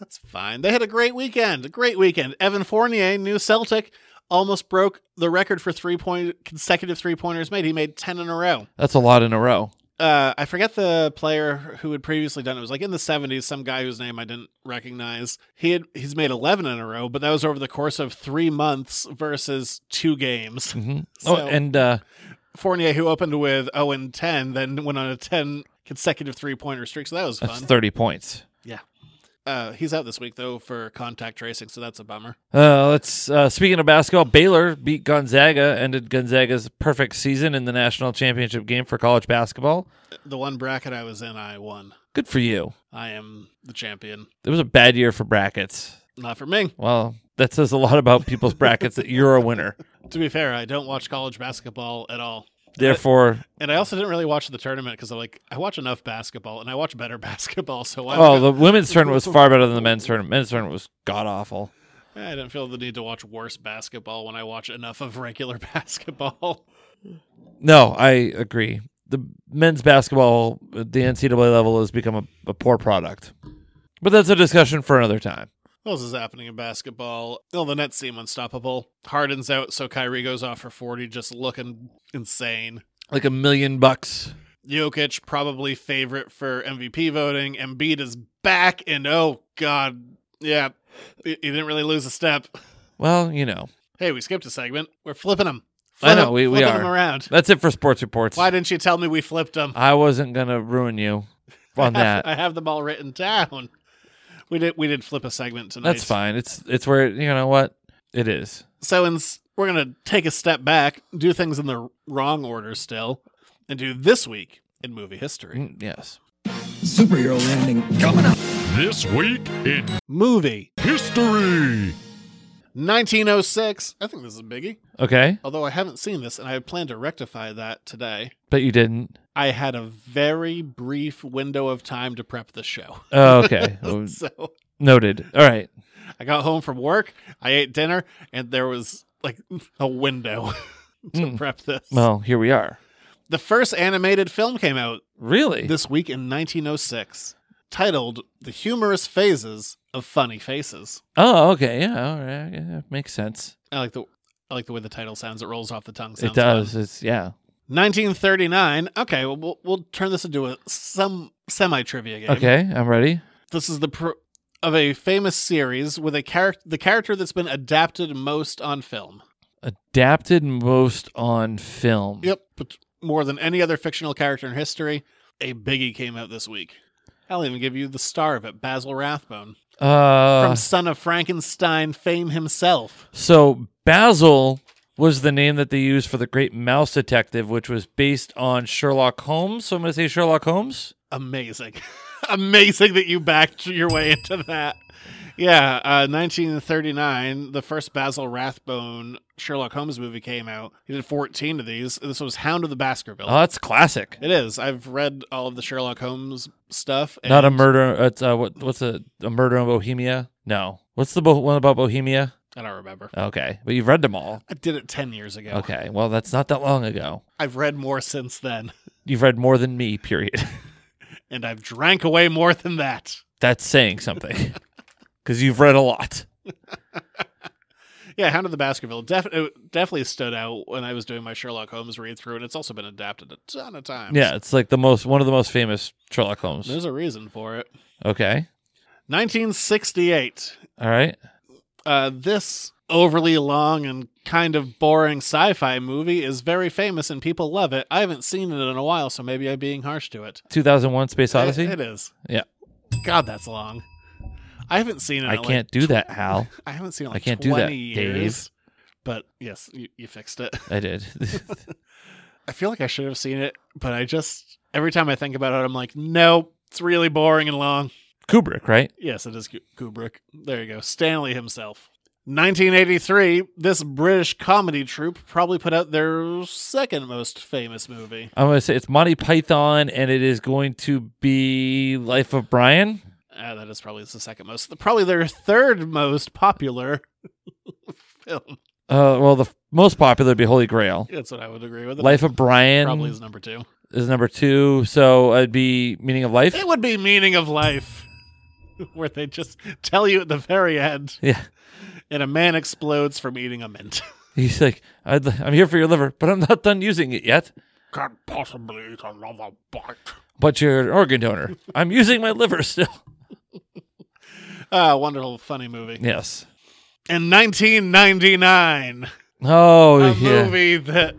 That's fine. They had a great weekend. A great weekend. Evan Fournier, new Celtic, almost broke the record for three point consecutive three pointers made. He made ten in a row.
That's a lot in a row.
Uh, I forget the player who had previously done it. It was like in the seventies, some guy whose name I didn't recognize. He had he's made eleven in a row, but that was over the course of three months versus two games.
hmm
So-
oh, and uh,
Fournier, who opened with zero and ten, then went on a ten consecutive three pointer streak. So that was
that's
fun.
30 points.
uh, he's out this week though for contact tracing, so that's a bummer.
Uh, let's uh, speaking of basketball. Baylor beat Gonzaga, ended Gonzaga's perfect season in the national championship game for college basketball.
The one bracket I was in, I won.
Good for you.
I am the champion.
It was a bad year for brackets.
Not for me.
Well, that says a lot about people's brackets that you're a winner.
To be fair, I don't watch college basketball at all.
Therefore,
And I also didn't really watch the tournament because I'm like, I watch enough basketball and I watch better basketball. So why
oh,
would
the women's tournament was far better than the men's tournament. Men's tournament was god awful.
I, I didn't feel the need to watch worse basketball when I watch enough of regular basketball.
No, I agree. The men's basketball, at the NCAA level, has become a, a poor product. But that's a discussion for another time.
What else is happening in basketball? Oh, the Nets seem unstoppable. Harden's out, so Kyrie goes off for 40, just looking insane.
Like a million bucks.
Jokic probably favorite for MVP voting. Embiid is back, and oh god, yeah, he he didn't really lose a step.
Well, you know,
Hey, we skipped a segment. We're flipping them.
I know, we- we
flipping
are.
them around.
that's it for sports reports.
Why didn't you tell me we flipped them?
I wasn't gonna ruin you on that.
I have them all written down. We did. We did flip a segment tonight.
That's fine. It's it's where you know what it is.
So in, we're gonna take a step back, do things in the wrong order still, and do this week in movie history.
Mm, Yes.
Superhero landing coming up.
This week in
Movie
history.
1906. I think this is a biggie.
Okay,
Although I haven't seen this, and I plan to rectify that today.
but you didn't.
I had a very brief window of time to prep the show.
Oh, okay, Oh,
So
noted. All right.
I got home from work, I ate dinner, and there was like a window to
Hmm.
prep this.
Well, here we are.
The first animated film came out
Really?
this week in 1906, titled The Humorous Phases of Funny Faces.
oh, okay. Yeah. All right. Yeah, makes sense.
I like the I like the way the title sounds. It rolls off the tongue.
it
Sounds
does.
fun.
It's yeah.
1939. Okay, well, we'll we'll turn this into a some semi trivia game.
Okay, I'm ready.
This is the pro- of a famous series with a character the character that's been adapted most on film.
Adapted most on film.
Yep, but more than any other fictional character in history, a biggie came out this week. I'll even give you the star of it, Basil Rathbone
Uh,
from Son of Frankenstein fame himself.
so Basil was the name that they used for the Great Mouse Detective, which was based on Sherlock Holmes. So I'm going to say Sherlock Holmes.
Amazing, amazing that you backed your way into that. Yeah, uh, 1939, the first Basil Rathbone Sherlock Holmes movie came out. He did 14 of these. This was Hound of the Baskerville.
Oh, that's classic.
It is. I've read all of the Sherlock Holmes stuff. And
Not a murder. It's uh, what, what's a, a murder in Bohemia? No. What's the bo- one about Bohemia?
I don't remember.
Okay, but you've read them all.
I did it 10 years ago.
Okay, well that's not that long ago.
I've read more since then,
You've read more than me. Period.
and I've drank away more than that.
that's saying something because you've read a lot.
Yeah, Hound of the Baskerville def- it definitely stood out when I was doing my Sherlock Holmes read through, and it's also been adapted a ton of times.
Yeah, it's like the most one of the most famous Sherlock Holmes.
There's a reason for it.
Okay,
1968.
all right.
Uh, this overly long and kind of boring sci fi movie is very famous and people love it. I haven't seen it in a while, so maybe I'm being harsh to it.
2001: Space Odyssey.
It- it is.
Yeah.
God, that's long. I haven't seen it.
I
in, like,
can't do that, Hal.
I haven't seen it. in,
I
Like
can't do
20
that,
years. But yes, you, you fixed it.
I did.
I feel like I should have seen it, but I just every time I think about it, I'm like, no, it's really boring and long.
Kubrick, right?
Yes, it is Ku- Kubrick. There you go, Stanley himself. 1983, this British comedy troupe probably put out their second most famous movie.
I'm gonna say it's Monty Python, and it is going to be Life of Brian.
Uh, that is probably the second most, probably their third most popular film.
Uh, well, the f- most popular would be Holy Grail.
That's what I would agree with.
Life of Brian
probably is number two.
is number two, so it'd be Meaning of Life.
It would be Meaning of Life, where they just tell you at the very end,
Yeah,
and a man explodes from eating a mint.
he's like, I'd, I'm here for your liver, but I'm not done using it yet.
Can't possibly eat another bite.
But you're an organ donor. I'm using my liver still.
Ah, wonderful, funny movie.
Yes.
In 1999,
Oh
a
yeah.
movie that,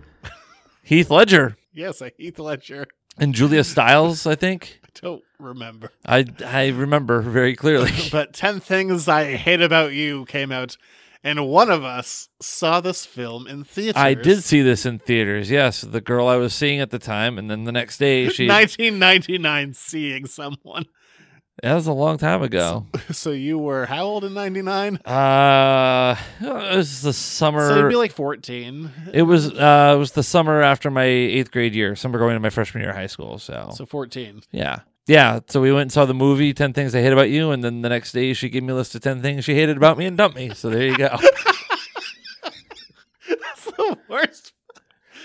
Heath Ledger
yes, I Heath Ledger.
and Julia Stiles. I think
I don't remember.
I I remember very clearly.
But 10 Things I Hate About You came out and one of us saw this film in theaters.
I did see this in theaters. Yes, the girl I was seeing at the time, and then the next day she.
1999 seeing someone.
That was a long time ago.
So you were how old in 99?
Uh, it was the summer.
So you'd be like 14.
it was uh, it was the summer after my eighth grade year, summer going to my freshman year of high school. So,
So 14.
yeah, yeah. So we went and saw the movie Ten Things I Hate About You, and then the next day she gave me a list of ten things she hated about me and dumped me. So there you go.
That's the worst.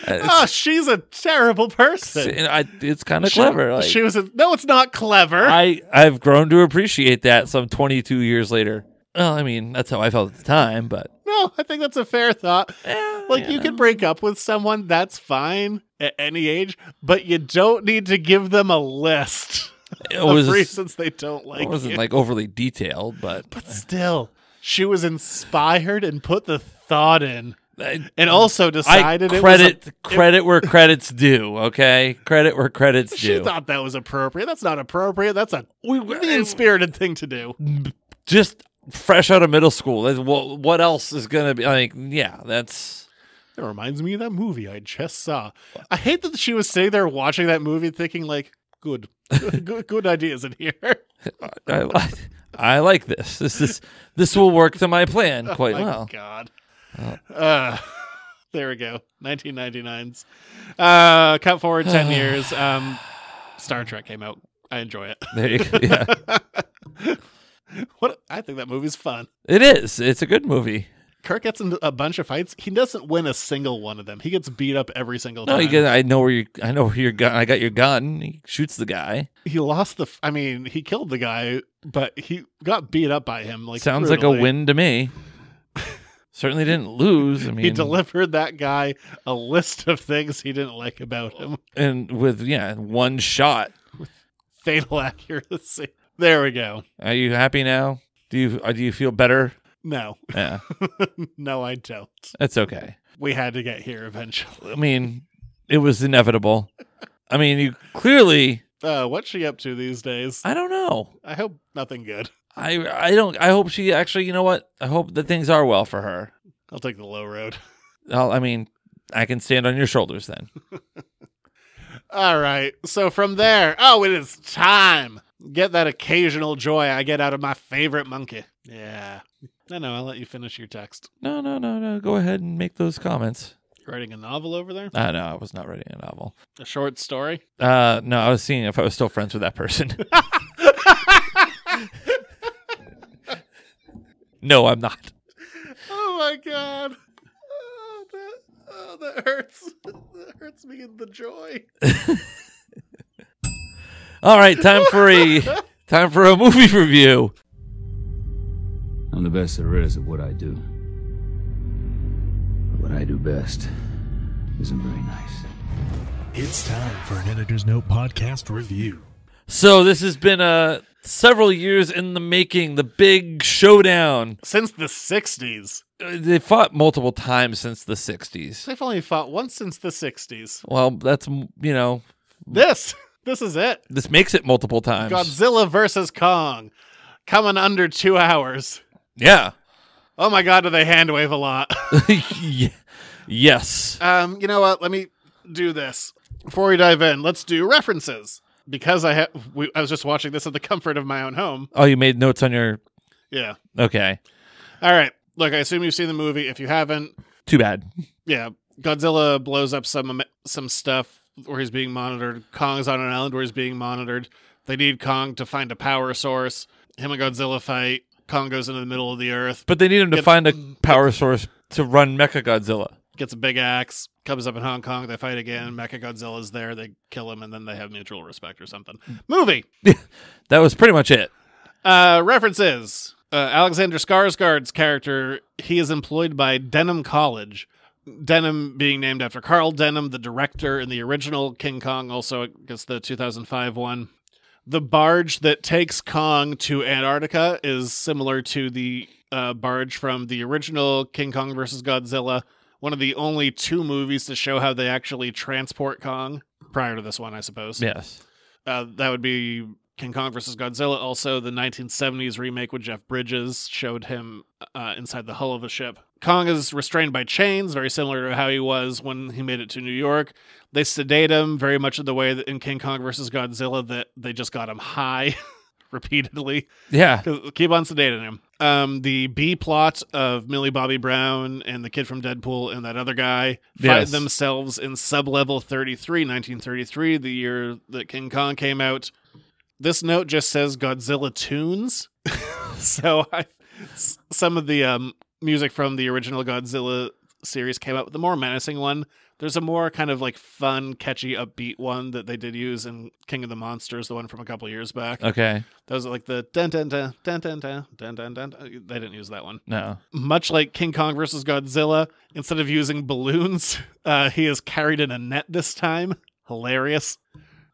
It's-
Oh, she's a terrible person.
you know, I- it's kind of clever. Like,
she was a, no, it's not clever.
I I've grown to appreciate that some 22 years later. Well, I mean, that's how I felt at the time, but
no, I think that's a fair thought.
eh,
Like you can break up with someone, that's fine at any age, but you don't need to give them a list
it
of
was
reasons they don't like
it wasn't
you.
like overly detailed, but
but still, she was inspired and put the thought in,
I,
and also
Mm. I
decided
credit
it was a- it-
credit where credits due. Okay, credit where credits
she
due.
thought that was appropriate. That's not appropriate. That's a
We
mean spirited thing to do.
just fresh out of middle school. That's, what, what else is gonna be like? Yeah, that's
That reminds me of that movie I just saw. I hate that she was sitting there watching that movie thinking like, good, good, good ideas in here.
I, like I like this. This is this will work to my plan quite
My
well.
God. Uh, there we go. 1999's. Uh, cut forward 10 years. Um, Star Trek came out. I enjoy it.
There you go. Yeah,
What I think that movie's fun.
it is. It's a good movie.
Kirk gets into a bunch of fights. He doesn't win a single one of them. He gets beat up every single
No,
time.
you get, I know where you. I know where your gun. I got your gun. He shoots the guy.
he lost the. f- I mean, he killed the guy, but he got beat up by him. Like
Sounds like a
brutally.
win to me. Certainly didn't lose. I mean,
he delivered that guy a list of things he didn't like about him.
and with yeah, one shot.
Fatal accuracy. There we go.
Are you happy now? Do you uh, do you feel better?
No,
Yeah,
no, I don't.
that's okay.
We had to get here eventually.
I mean, it was inevitable. I mean, you clearly.
Uh, what's she up to these days?
I don't know.
I hope nothing good.
I I don't. I hope she actually. You know what? I hope that things are well for her.
I'll take the low road.
I'll, I mean, I can stand on your shoulders then.
All right. So from there, oh, it is time. Get that occasional joy I get out of my favorite monkey. Yeah. I know. I'll let you finish your text.
No, no, no, no. Go ahead and make those comments.
You're writing a novel over there?
Uh, no, I was not writing a novel.
A short story?
Uh, no, I was seeing if I was still friends with that person. no, I'm not.
Oh my god. Oh, that, oh, that hurts. That hurts me in the joy.
All right, time for a time for a movie review.
I'm the best there is at what I do. But what I do best isn't very nice.
It's time for an Editor's Note podcast review.
So this has been uh, several years in the making. The big showdown.
Since the 60s.
Uh, They fought multiple times since the '60s.
They've only fought once since the 60s.
Well, that's m- you know
This. This is it.
this makes it multiple times.
Godzilla versus Kong. Coming under two hours.
Yeah.
Oh my god, do they hand wave a lot?
Ye- yes.
um, you know what? Let me do this before we dive in. Let's do references because I have. We, I was just watching this in the comfort of my own home.
Oh, you made notes on your.
Yeah.
Okay.
All right. Look, I assume you've seen the movie. If you haven't,
Too bad.
yeah, Godzilla blows up some ama- some stuff where he's being monitored. Kong's on an island where he's being monitored. They need Kong to find a power source. Him and Godzilla fight. Kong goes into the middle of the earth,
But they need him to
Get-
find a power source to run Mecha Godzilla.
gets a big axe, comes up in Hong Kong. They fight again. Mecha Godzilla's there. They kill him, and then they have mutual respect or something. Movie.
That was pretty much it.
Uh, references. Uh, Alexander Skarsgård's character, he is employed by Denham College. Denham being named after Carl Denham, the director in the original King Kong, also I guess the 2005 one. The barge that takes Kong to Antarctica is similar to the uh, barge from the original King Kong versus Godzilla, one of the only two movies to show how they actually transport Kong prior to this one, I suppose
Yes.
uh, that would be King Kong vs. Godzilla. Also, the 1970s remake with Jeff Bridges showed him uh, inside the hull of a ship. Kong is restrained by chains, very similar to how he was when he made it to New York. They sedate him very much in the way that in King Kong vs. Godzilla that they just got him high repeatedly.
Yeah.
'Cause- Keep on sedating him. Um, the B plot of Millie Bobby Brown and the kid from Deadpool and that other guy
Yes.
find themselves in sublevel 33, 1933, the year that King Kong came out. This note just says Godzilla tunes. so I, s- some of the um, music from the original Godzilla series came out with a more menacing one. There's a more kind of like fun, catchy, upbeat one that they did use in King of the Monsters, the one from a couple years back.
Okay.
Those are like the dun dun dun dun dun dun dun dun dun. Uh, They didn't use that one.
No.
Much like King Kong versus Godzilla, instead of using balloons, uh, he is carried in a net this time. Hilarious.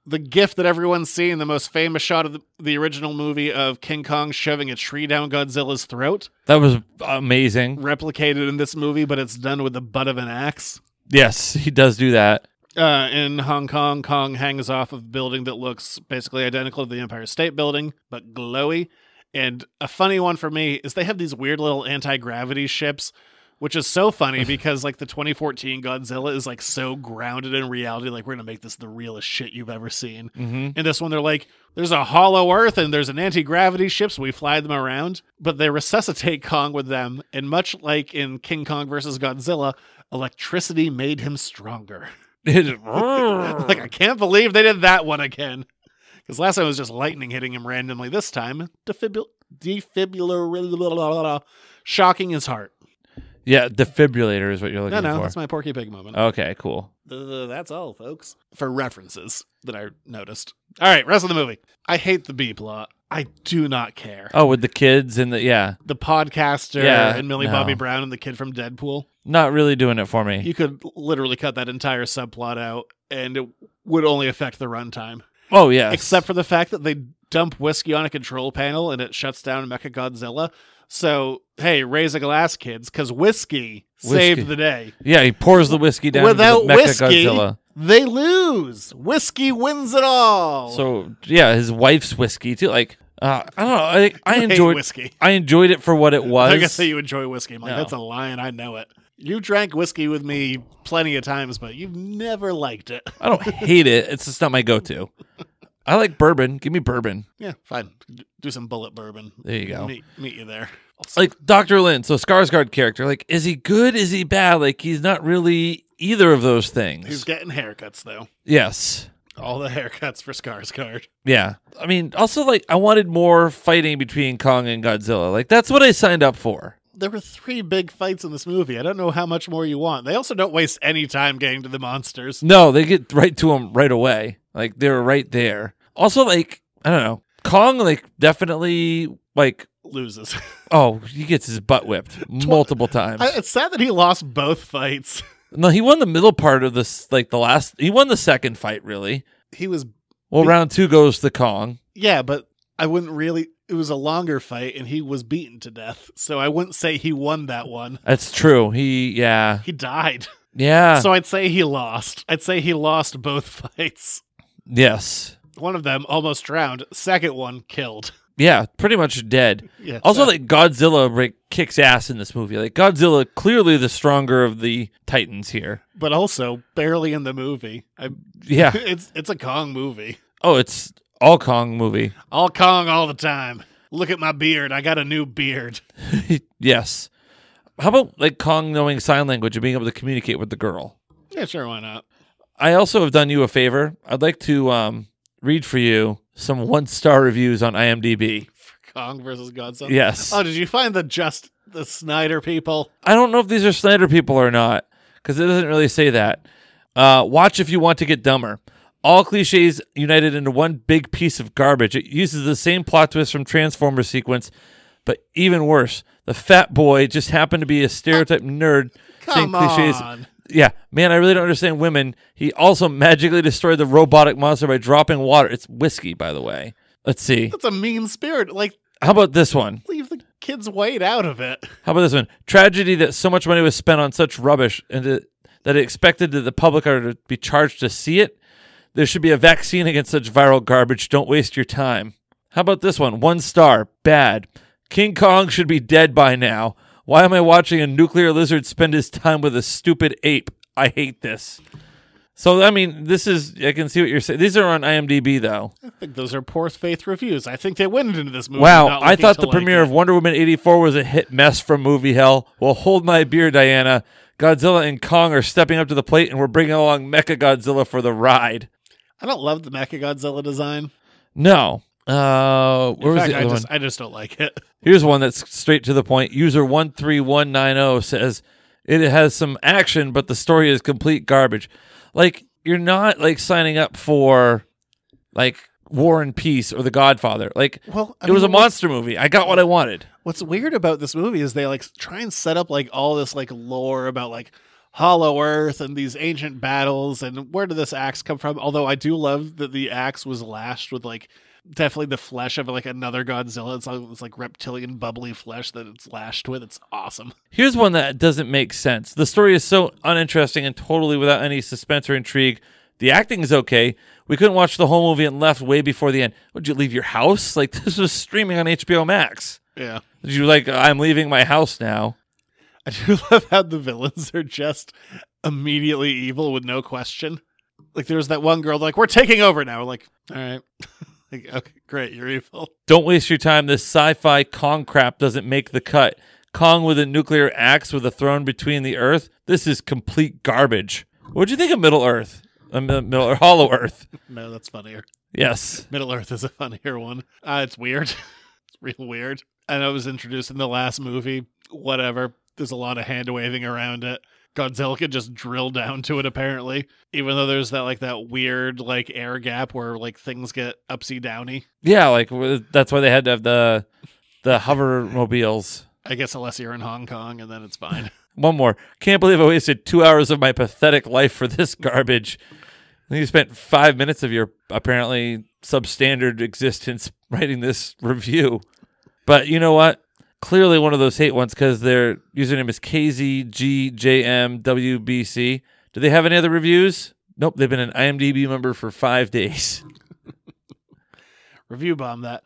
The gif that everyone's seen, the most famous shot of the, the original movie of King Kong shoving a tree down Godzilla's throat,
That was amazing.
replicated in this movie, but it's done with the butt of an axe.
Yes, he does do that.
Uh, in Hong Kong, Kong hangs off of a building that looks basically identical to the Empire State Building, but glowy. And a funny one for me is they have these weird little anti gravity ships, which is so funny because like the 2014 Godzilla is like so grounded in reality. Like we're gonna make this the realest shit you've ever seen.
Mm-hmm.
In this one, they're like, there's a hollow Earth and there's an anti gravity ship, so we fly them around. But they resuscitate Kong with them, and much like in King Kong versus Godzilla, electricity made him stronger like I can't believe they did that one again. Because last time it was just lightning hitting him randomly. This time, defibul- defibrillator, shocking his heart.
yeah, defibrillator is what you're
No,
looking
no,
for. Oh.
that's my Porky Pig moment.
okay, cool.
Uh, that's all, folks. For references that I noticed. All right, rest of the movie. I hate the B plot. I do not care.
Oh, with the kids and the yeah,
The podcaster
Yeah,
and Millie
no.
Bobby Brown and the kid from Deadpool.
not really doing it for me.
You could literally cut that entire subplot out, and it would only affect the runtime.
oh yeah,
except for the fact that they dump whiskey on a control panel and it shuts down Mecha Godzilla. So hey, raise a glass, kids, because whiskey, saved
Whiskey.
the day.
yeah, he pours the whiskey down
Without
into the Mecha
whiskey,
Godzilla.
they lose. Whiskey wins it all.
So yeah, his wife's whiskey too. Like uh, I don't know. I, I
You hate
enjoyed
whiskey.
I enjoyed it for what it was.
I guess that you enjoy whiskey. I'm like,
No.
that's a lion. I know it. You drank whiskey with me plenty of times, but you've never liked it.
I don't hate it. It's just not my go-to. I like bourbon. Give me bourbon.
yeah, fine. D- Do some bullet bourbon.
There you go.
Meet, meet you there.
Like Doctor Lin, so Skarsgård character. Like, is he good? Is he bad? Like, he's not really either of those things.
He's getting haircuts though.
yes.
All the haircuts for Skarsgård.
Yeah. I mean, also like I wanted more fighting between Kong and Godzilla. Like that's what I signed up for.
there were three big fights in this movie. I don't know how much more you want. They also don't waste any time getting to the monsters.
No, they get right to him right away. Like they're right there. Also like, I don't know. Kong like definitely like
Loses.
oh, he gets his butt whipped multiple times.
I, it's sad that he lost both fights.
no, he won the middle part of this like the last he won the second fight really.
He was,
Well, round 2 goes to Kong.
yeah, but I wouldn't really. It was a longer fight, and he was beaten to death. So I wouldn't say he won that one.
That's true. He yeah.
He died.
Yeah.
So I'd say he lost. I'd say he lost both fights.
yes.
One of them almost drowned. Second one killed.
Yeah, pretty much dead.
Yeah.
Also,
so-
like Godzilla like, kicks ass in this movie. Like Godzilla, clearly the stronger of the Titans here.
but also barely in the movie. I,
Yeah.
it's it's a Kong movie.
Oh, it's all Kong movie.
All Kong all the time. Look at my beard. I got a new beard.
yes. How about like Kong knowing sign language and being able to communicate with the girl?
Yeah, sure, why not?
I also have done you a favor. I'd like to um, read for you some one star reviews on IMDb.
Kong versus Godzilla.
Yes.
Oh, did you find the just the Snyder people?
I don't know if these are Snyder people or not because it doesn't really say that. Uh, watch if you want to get dumber. All cliches united into one big piece of garbage. It uses the same plot twist from Transformer sequence, but even worse, the fat boy just happened to be a stereotype nerd saying
Come
cliches.
on.
Yeah, man, I really don't understand women. He also magically destroyed the robotic monster by dropping water. It's whiskey, by the way. Let's see.
That's a mean spirit. Like,
How about this one?
leave the kids' weight out of it.
How about this one? Tragedy that so much money was spent on such rubbish and it- that it expected that the public are to be charged to see it. There should be a vaccine against such viral garbage. Don't waste your time. How about this one? One star. Bad. King Kong should be dead by now. Why am I watching a nuclear lizard spend his time with a stupid ape? I hate this. So I mean, this is I can see what you're saying. These are on IMDb though.
I think those are poor faith reviews. I think they went into this movie.
Wow,
not
I
looking
thought
to
the
like
premiere
it.
of Wonder Woman 84 was a hit mess from movie hell. Well, hold my beer, Diana. Godzilla and Kong are stepping up to the plate and we're bringing along Mecha Godzilla for the ride.
I don't love the Mechagodzilla design.
No. Uh, where
In
was
fact,
the
I
other
just
one?
I just don't like it.
Here's one that's straight to the point. User 13190 says it has some action, but the story is complete garbage. Like, you're not like signing up for like War and Peace or The Godfather. Like,
Well, I
it was a
mean, what's-
monster movie. I got what I wanted.
What's weird about this movie is they like s- try and set up like all this like lore about like Hollow Earth and these ancient battles and where did this axe come from? Although I do love that the axe was lashed with like definitely the flesh of like another Godzilla. It's like it's like reptilian bubbly flesh that it's lashed with. It's awesome.
Here's one that doesn't make sense. The story is so uninteresting and totally without any suspense or intrigue. The acting is okay. We couldn't watch the whole movie and left way before the end. Would you leave your house? Like this was streaming on HBO Max.
Yeah.
Did you like I'm leaving my house now?
I do love how the villains are just immediately evil with no question. Like there was that one girl like, We're taking over now. like, all right. like, okay, great, you're evil.
Don't waste your time. This sci-fi Kong crap doesn't make the cut. Kong with a nuclear axe with a throne between the Earth. This is complete garbage. What'd you think of Middle Earth? Uh, Mi- Middle or Hollow Earth?
No, that's funnier.
Yes.
Middle Earth is a funnier one. Uh, it's weird. it's real weird. And it was introduced in the last movie. Whatever. There's a lot of hand waving around it. Godzilla could just drill down to it apparently. Even though there's that like that weird like air gap where like things get upsy downy.
Yeah, like w- that's why they had to have the the hover mobiles.
I guess unless you're in Hong Kong and then it's fine.
One more. Can't believe I wasted two hours of my pathetic life for this garbage. And you spent five minutes of your apparently substandard existence writing this review. But you know what? Clearly one of those hate ones because their username is KZGJMWBC. Do they have any other reviews? Nope, they've been an IMDb member for five days.
Review bomb that.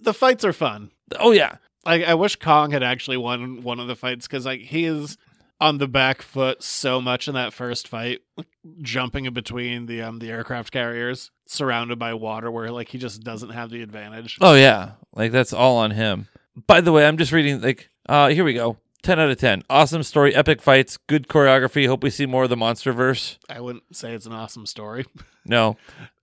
The fights are fun.
Oh, yeah.
Like I wish Kong had actually won one of the fights because like he is on the back foot so much in that first fight, like, jumping in between the um the aircraft carriers, surrounded by water, where like he just doesn't have the advantage.
Oh yeah, like that's all on him. By the way, I'm just reading like uh here we go. 10 out of 10. Awesome story, epic fights, good choreography. Hope we see more of the MonsterVerse.
I wouldn't say it's an awesome story.
No.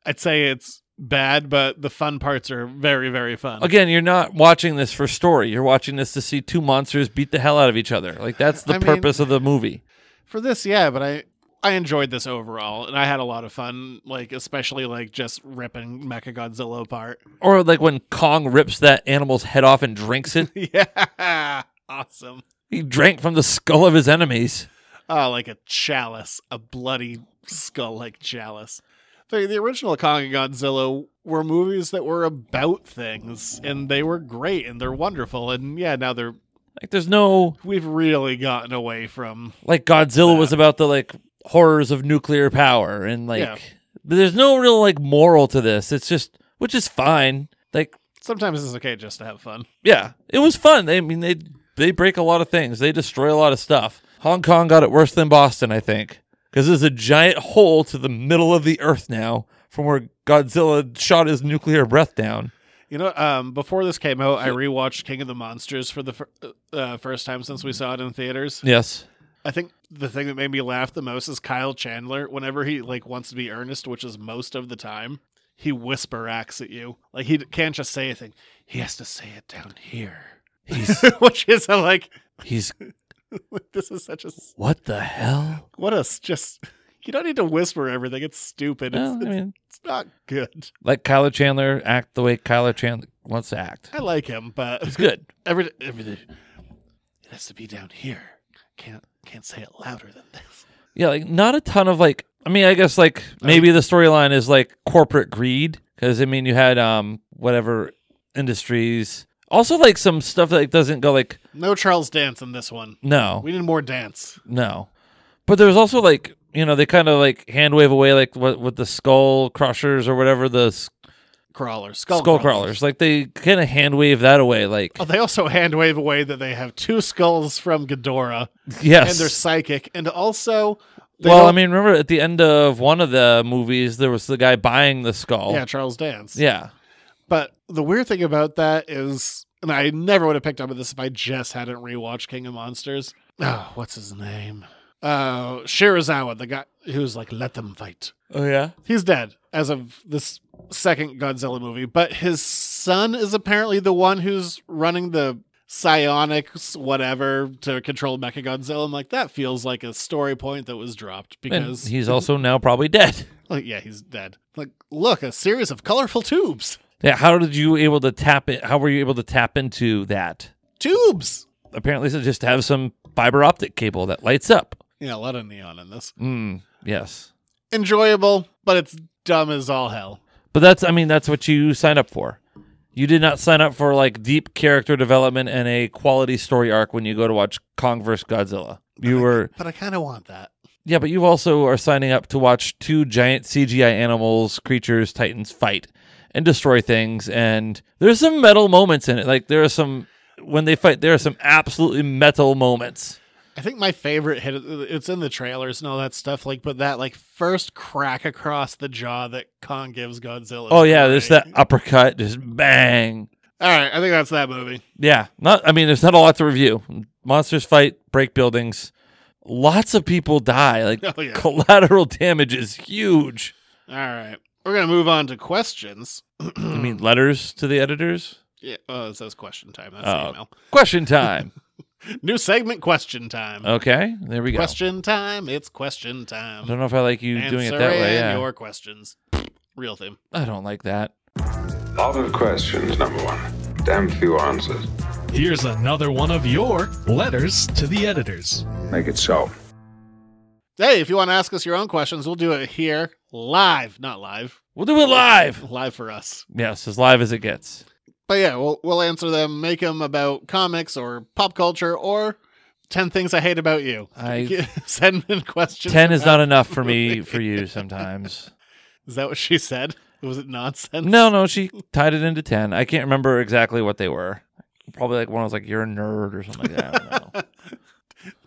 I'd say it's bad, but the fun parts are very very fun.
Again, you're not watching this for story. You're watching this to see two monsters beat the hell out of each other. Like that's the
I mean-
purpose of the movie.
for this yeah but i i enjoyed this overall and i had a lot of fun like especially like just ripping mecha godzilla apart
Or like when Kong rips that animal's head off and drinks it.
yeah awesome
he drank from the skull of his enemies.
oh like a chalice a bloody skull like chalice the, the original kong and godzilla were movies that were about things and they were great and they're wonderful and yeah now they're
Like there's no
we've really gotten away from
like Godzilla was about the like horrors of nuclear power and like
Yeah.
but there's no real like moral to this. It's just which is fine. Like
sometimes it's okay just to have fun
yeah, it was fun. They, I mean they they break a lot of things. They destroy a lot of stuff. Hong Kong got it worse than Boston, I think, because there's a giant hole to the middle of the earth now from where Godzilla shot his nuclear breath down.
You know, um, before this came out, I rewatched King of the Monsters for the fir- uh, first time since we saw it in theaters.
Yes.
I think the thing that made me laugh the most is Kyle Chandler. Whenever he like wants to be earnest, which is most of the time, he whisper acts at you. Like he d- can't just say a thing; he has to say it down here,
He's
which is uh, like
he's
this is such a s-
what the hell?
what a s- just. You don't need to whisper everything. It's stupid. It's,
Well, I
it's,
mean,
it's not good.
like Kyler Chandler act the way Kyler Chandler wants to act.
I like him, but
It's good.
every everything it has to be down here. Can't can't say it louder than this.
Yeah, like not a ton of like. I mean, I guess like maybe the storyline is like corporate greed because I mean you had um whatever industries. Also, like some stuff that doesn't go like
No Charles dance in this one.
no,
We need more dance.
no. But there's also like you know, they kind of like hand wave away like what with the skull crushers or whatever the s-
Crawlers,
skull,
skull,
crawlers. Like they kind of hand wave that away. Like
Oh, they also hand wave away that they have two skulls from Ghidorah
yes,
and they're psychic, and also they
well, I
don't-
mean, remember at the end of one of the movies, there was the guy buying the skull.
yeah, Charles Dance.
yeah.
But the weird thing about that is, and I never would have picked up on this if I just hadn't rewatched King of Monsters. Oh, what's his name? Uh, Shirazawa, the guy who's like, let them fight.
Oh yeah.
He's dead as of this second Godzilla movie, but his son is apparently the one who's running the psionics, whatever, to control Mechagodzilla. I'm like, that feels like a story point that was dropped
And
because,
he's also now probably dead.
like, yeah, he's dead. Like, look, a series of colorful tubes.
Yeah. How did you able to tap it? How were you able to tap into that?
Tubes!
Apparently, it's just have some fiber optic cable that lights up.
Yeah, a lot of neon in this.
Mm, yes.
enjoyable, but it's dumb as all hell.
But that's, I mean, that's what you signed up for. You did not sign up for like deep character development and a quality story arc when you go to watch Kong vs. Godzilla. You were,
But I kind of want that.
yeah, but you also are signing up to watch two giant CGI animals, creatures, titans fight and destroy things. And there's some metal moments in it. Like there are some, when they fight, there are some absolutely metal moments.
I think my favorite hit it's in the trailers and all that stuff like but that like first crack across the jaw that Kong gives Godzilla. is
Oh, yeah, there's
great.
that uppercut, just bang.
All right, I think that's that movie.
Yeah, not. I mean, there's not a lot to review. Monsters fight, break buildings. Lots of people die. Like
Oh, yeah.
collateral damage is huge.
All right. We're going to move on to questions.
I mean, letters to the editors.
Yeah, oh, it says question time. That's
Oh.
the email.
Question time.
New segment question time.
okay, there we go.
question time. It's question
I
time.
don't know if I like you doing it that way.
Answering
Yeah,
your questions. Real theme.
I don't like that.
Lot of questions, number one. Damn few answers.
Here's another one of your letters to the editors.
Make it so.
Hey, if you want to ask us your own questions, we'll do it here live, not live.
We'll do it live.
live for us.
Yes, as live as it gets.
But yeah, we'll we'll answer them, make them about comics or pop culture or ten things I hate about you.
I-
send in questions.
Ten is
about-
not enough for me. For you, sometimes.
Is that what she said? Was it nonsense?
No, no, she tied it into ten. I can't remember exactly what they were. Probably like one was like you're a nerd or something like that. I don't know.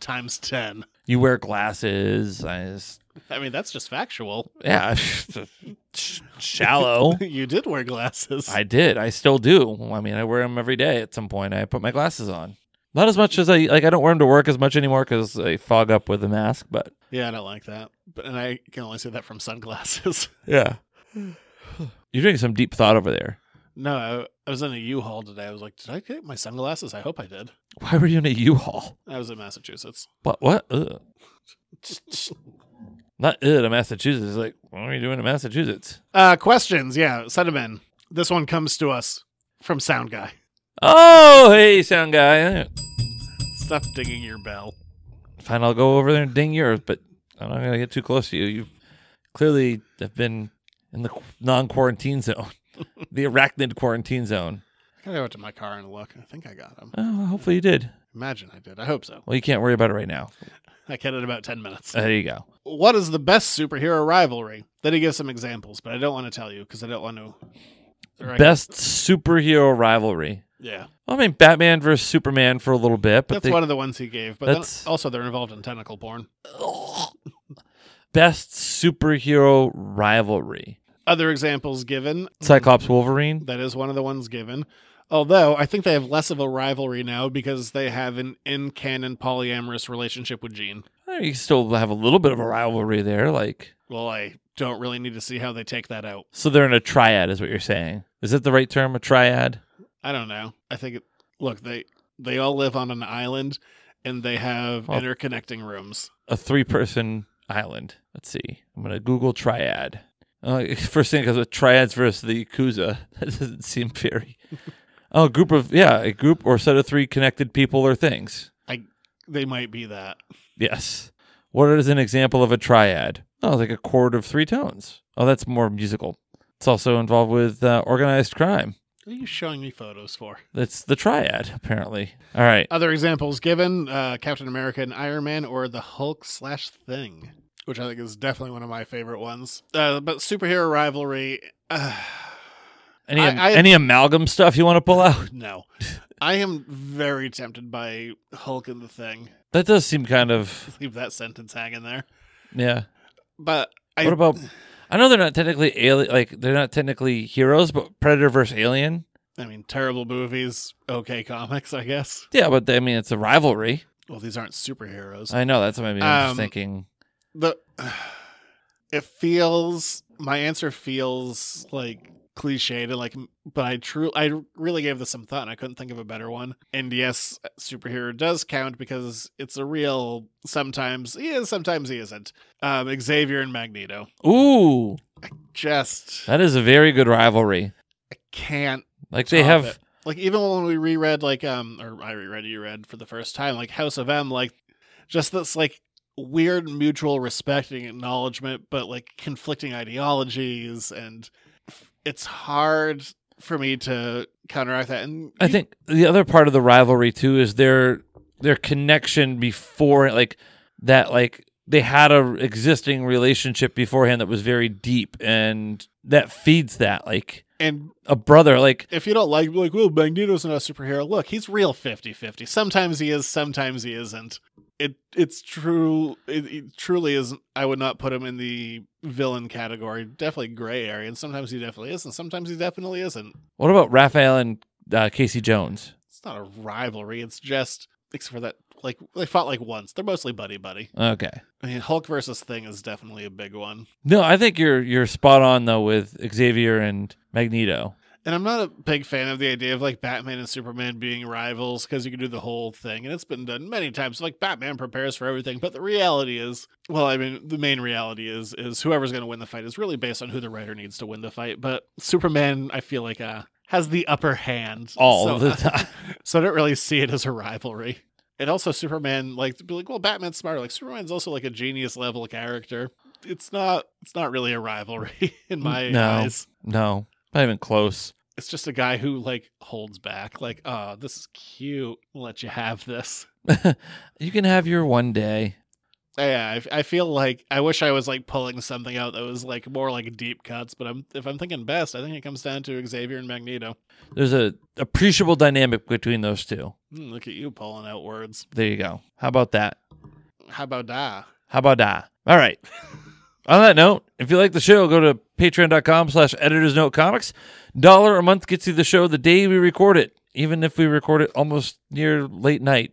Times ten.
You wear glasses. I just
I mean, that's just factual.
yeah, shallow.
you did wear glasses.
I did. I still do. I mean, I wear them every day. At some point, I put my glasses on. Not as much as I like. I don't wear them to work as much anymore because I fog up with a mask. But
yeah, I don't like that. But and I can only say that from sunglasses.
yeah, you're doing some deep thought over there.
no, I, I was in a U-Haul today. I was like, did I get my sunglasses? I hope I did.
Why were you in a U-Haul?
I was in Massachusetts.
What? What? Ugh. Not ugh, to Massachusetts. Like, what are you doing in Massachusetts?
Uh, questions? Yeah, send them in. This one comes to us from Sound Guy.
Oh, hey, sound guy.
Stop dinging your bell.
fine, I'll go over there and ding yours, but I'm not gonna get too close to you. You clearly have been in the qu- non-quarantine zone, the arachnid quarantine zone.
I gotta go to my car and look. I think I got him.
Oh, hopefully you did.
Imagine I did. I hope so.
Well, you can't worry about it right now.
I can in about 10 minutes.
Uh, there you go.
What is the best superhero rivalry? Then he gives some examples, but I don't want to tell you because I don't want to. or I-
Best superhero rivalry.
Yeah.
Well, I mean, Batman versus Superman for a little bit, but
That's
the
one of the ones he gave, but then
That's-
also they're involved in tentacle porn.
best superhero rivalry.
Other examples given.
Cyclops Wolverine.
That is one of the ones given. Although I think they have less of a rivalry now because they have an in canon polyamorous relationship with Jean.
Eh, You still have a little bit of a rivalry there, like
Well, I don't really need to see how they take that out.
so they're in a triad, is what you're saying. Is that the right term? A triad?
I don't know. I think it, look, they they all live on an island and they have
Well-
interconnecting rooms.
a three person island. Let's see. I'm gonna Google triad. Uh, first thing comes with triads versus the Yakuza. That doesn't seem very. Oh, a group of yeah, a group or set of three connected people or things.
I they might be that.
Yes. What is an example of a triad? Oh, it's like a chord of three tones. Oh, that's more musical. It's also involved with uh, organized crime.
What are you showing me photos for?
That's the triad, apparently. All right.
Other examples given: uh, Captain America and Iron Man, or the Hulk slash Thing. which I think is definitely one of my favorite ones. Uh, but superhero rivalry, uh,
Any
I- I-
any amalgam stuff you want to pull out?
no. I am very tempted by Hulk and the Thing.
That does seem kind of
Leave that sentence hanging there.
yeah.
But I,
What about? I know they're not technically alien, like they're not technically heroes, but Predator versus Alien.
I mean, terrible movies, okay comics, I guess.
Yeah, but I mean it's a rivalry.
Well, these aren't superheroes.
I know that's what I mean. I'm
Um,
just thinking.
the it feels my answer feels like cliched and like but i true i really gave this some thought and i couldn't think of a better one and yes superhero does count because it's a real sometimes he is sometimes he isn't um xavier and magneto
Ooh,
just
that is a very good rivalry.
can't
Like they
top
have
it. like even when we reread like um or i reread you read for the first time like house of m like just this like weird mutual respect and acknowledgement but like conflicting ideologies and f- it's hard for me to counteract that and
I think the other part of the rivalry too is their their connection before like that like they had a existing relationship beforehand that was very deep and that feeds that like
and
a brother like
if you don't like like well magneto's not a superhero look he's real 50-50 sometimes he is sometimes he isn't it it's true it, it truly is i would not put him in the villain category definitely gray area and sometimes he definitely is and sometimes he definitely isn't
what about Raphael and uh, Casey Jones?
it's not a rivalry. It's just except for that, like they fought like once. They're mostly buddy buddy.
Okay.
I mean, Hulk versus Thing is definitely a big one.
No, I think you're you're spot on though with Xavier and Magneto.
And I'm not a big fan of the idea of like Batman and Superman being rivals because you can do the whole thing, and it's been done many times. Like Batman prepares for everything, but the reality is, well, I mean, the main reality is is whoever's going to win the fight is really based on who the writer needs to win the fight. But Superman, I feel like, uh, has the upper hand
All
So- uh,
of the time.
So I don't really see it as a rivalry. And also Superman, like, to be like, well, Batman's smarter. Like Superman's also like a genius level character. It's not. It's not really a rivalry in my
no.
eyes.
No. Not even close.
It's just a guy who like holds back. Like, oh, this is cute. We'll let you have this.
you can have your one day.
Yeah, I, I feel like I wish I was like pulling something out that was like more like deep cuts. But I'm if I'm thinking best, I think it comes down to Xavier and Magneto.
There's a appreciable dynamic between those two.
Hmm, look at you pulling out words.
There you go. How about that?
How about that?
How about that? All right. On that note, if you like the show, go to patreon.com slash editors note comics. Dollar a month gets you the show the day we record it, even if we record it almost near late night.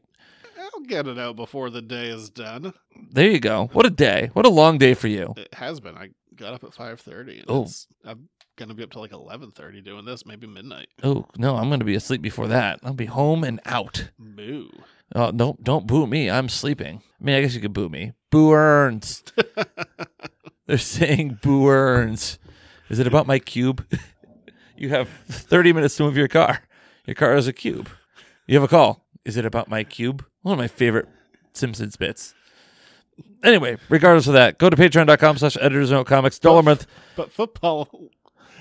I'll get it out before the day is done.
There you go. What a day. What a long day for you.
It has been. I got up at five thirty.
Oh.
I'm gonna be up to like eleven thirty doing this, maybe midnight.
Oh, no, I'm going to be asleep before that. I'll be home and out.
Moo.
Oh, don't don't boo me. I'm sleeping. I mean, I guess you could boo me. Boo Earns. They're saying Boo Earns. Is it about my cube? you have 30 minutes to move your car. Your car is a cube. You have a call. Is it about my cube? One of my favorite Simpsons bits. Anyway, regardless of that, go to patreon.com slash editors note comics. Dollar a month.
But football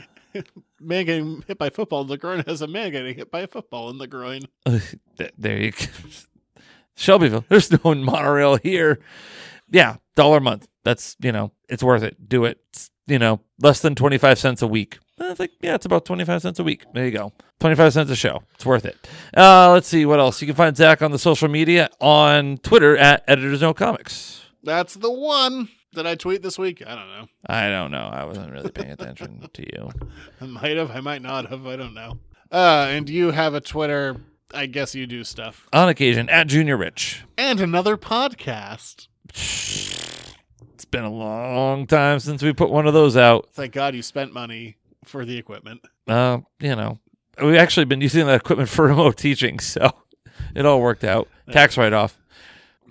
man getting hit by football in the groin has a man getting hit by a football in the groin.
Th- There you go. Shelbyville. There's no monorail here. Yeah, dollar a month. That's you know, it's worth it. Do it. It's, you know, less than twenty five cents a week. I think yeah, it's about twenty five cents a week. There you go. Twenty five cents a show. It's worth it. Uh, let's see what else. You can find Zach on the social media on Twitter at editors no comics.
That's the one. Did I tweet this week? I don't know.
I don't know. I wasn't really paying attention to you.
I might have. I might not have. I don't know. Uh, and you have a Twitter. I guess you do stuff.
On occasion, at Junior Rich.
And another podcast.
It's been a long time since we put one of those out.
Thank God you spent money for the equipment.
uh, you know, we've actually been using that equipment for remote teaching, so it all worked out. Tax write off.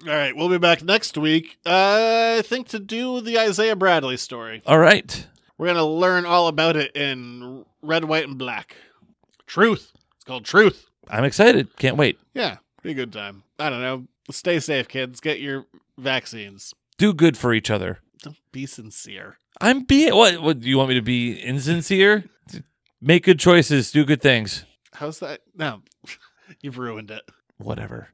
All right, we'll be back next week. Uh, I think to do the Isaiah Bradley story.
All right.
We're gonna learn all about it in red, white, and black. Truth. It's called Truth.
I'm excited. Can't wait.
Yeah, be a good time. I don't know. Stay safe, kids. Get your vaccines.
Do good for each other.
Don't be sincere.
I'm being what what do you want me to be insincere? Make good choices, do good things.
How's that? No, you've ruined it.
Whatever.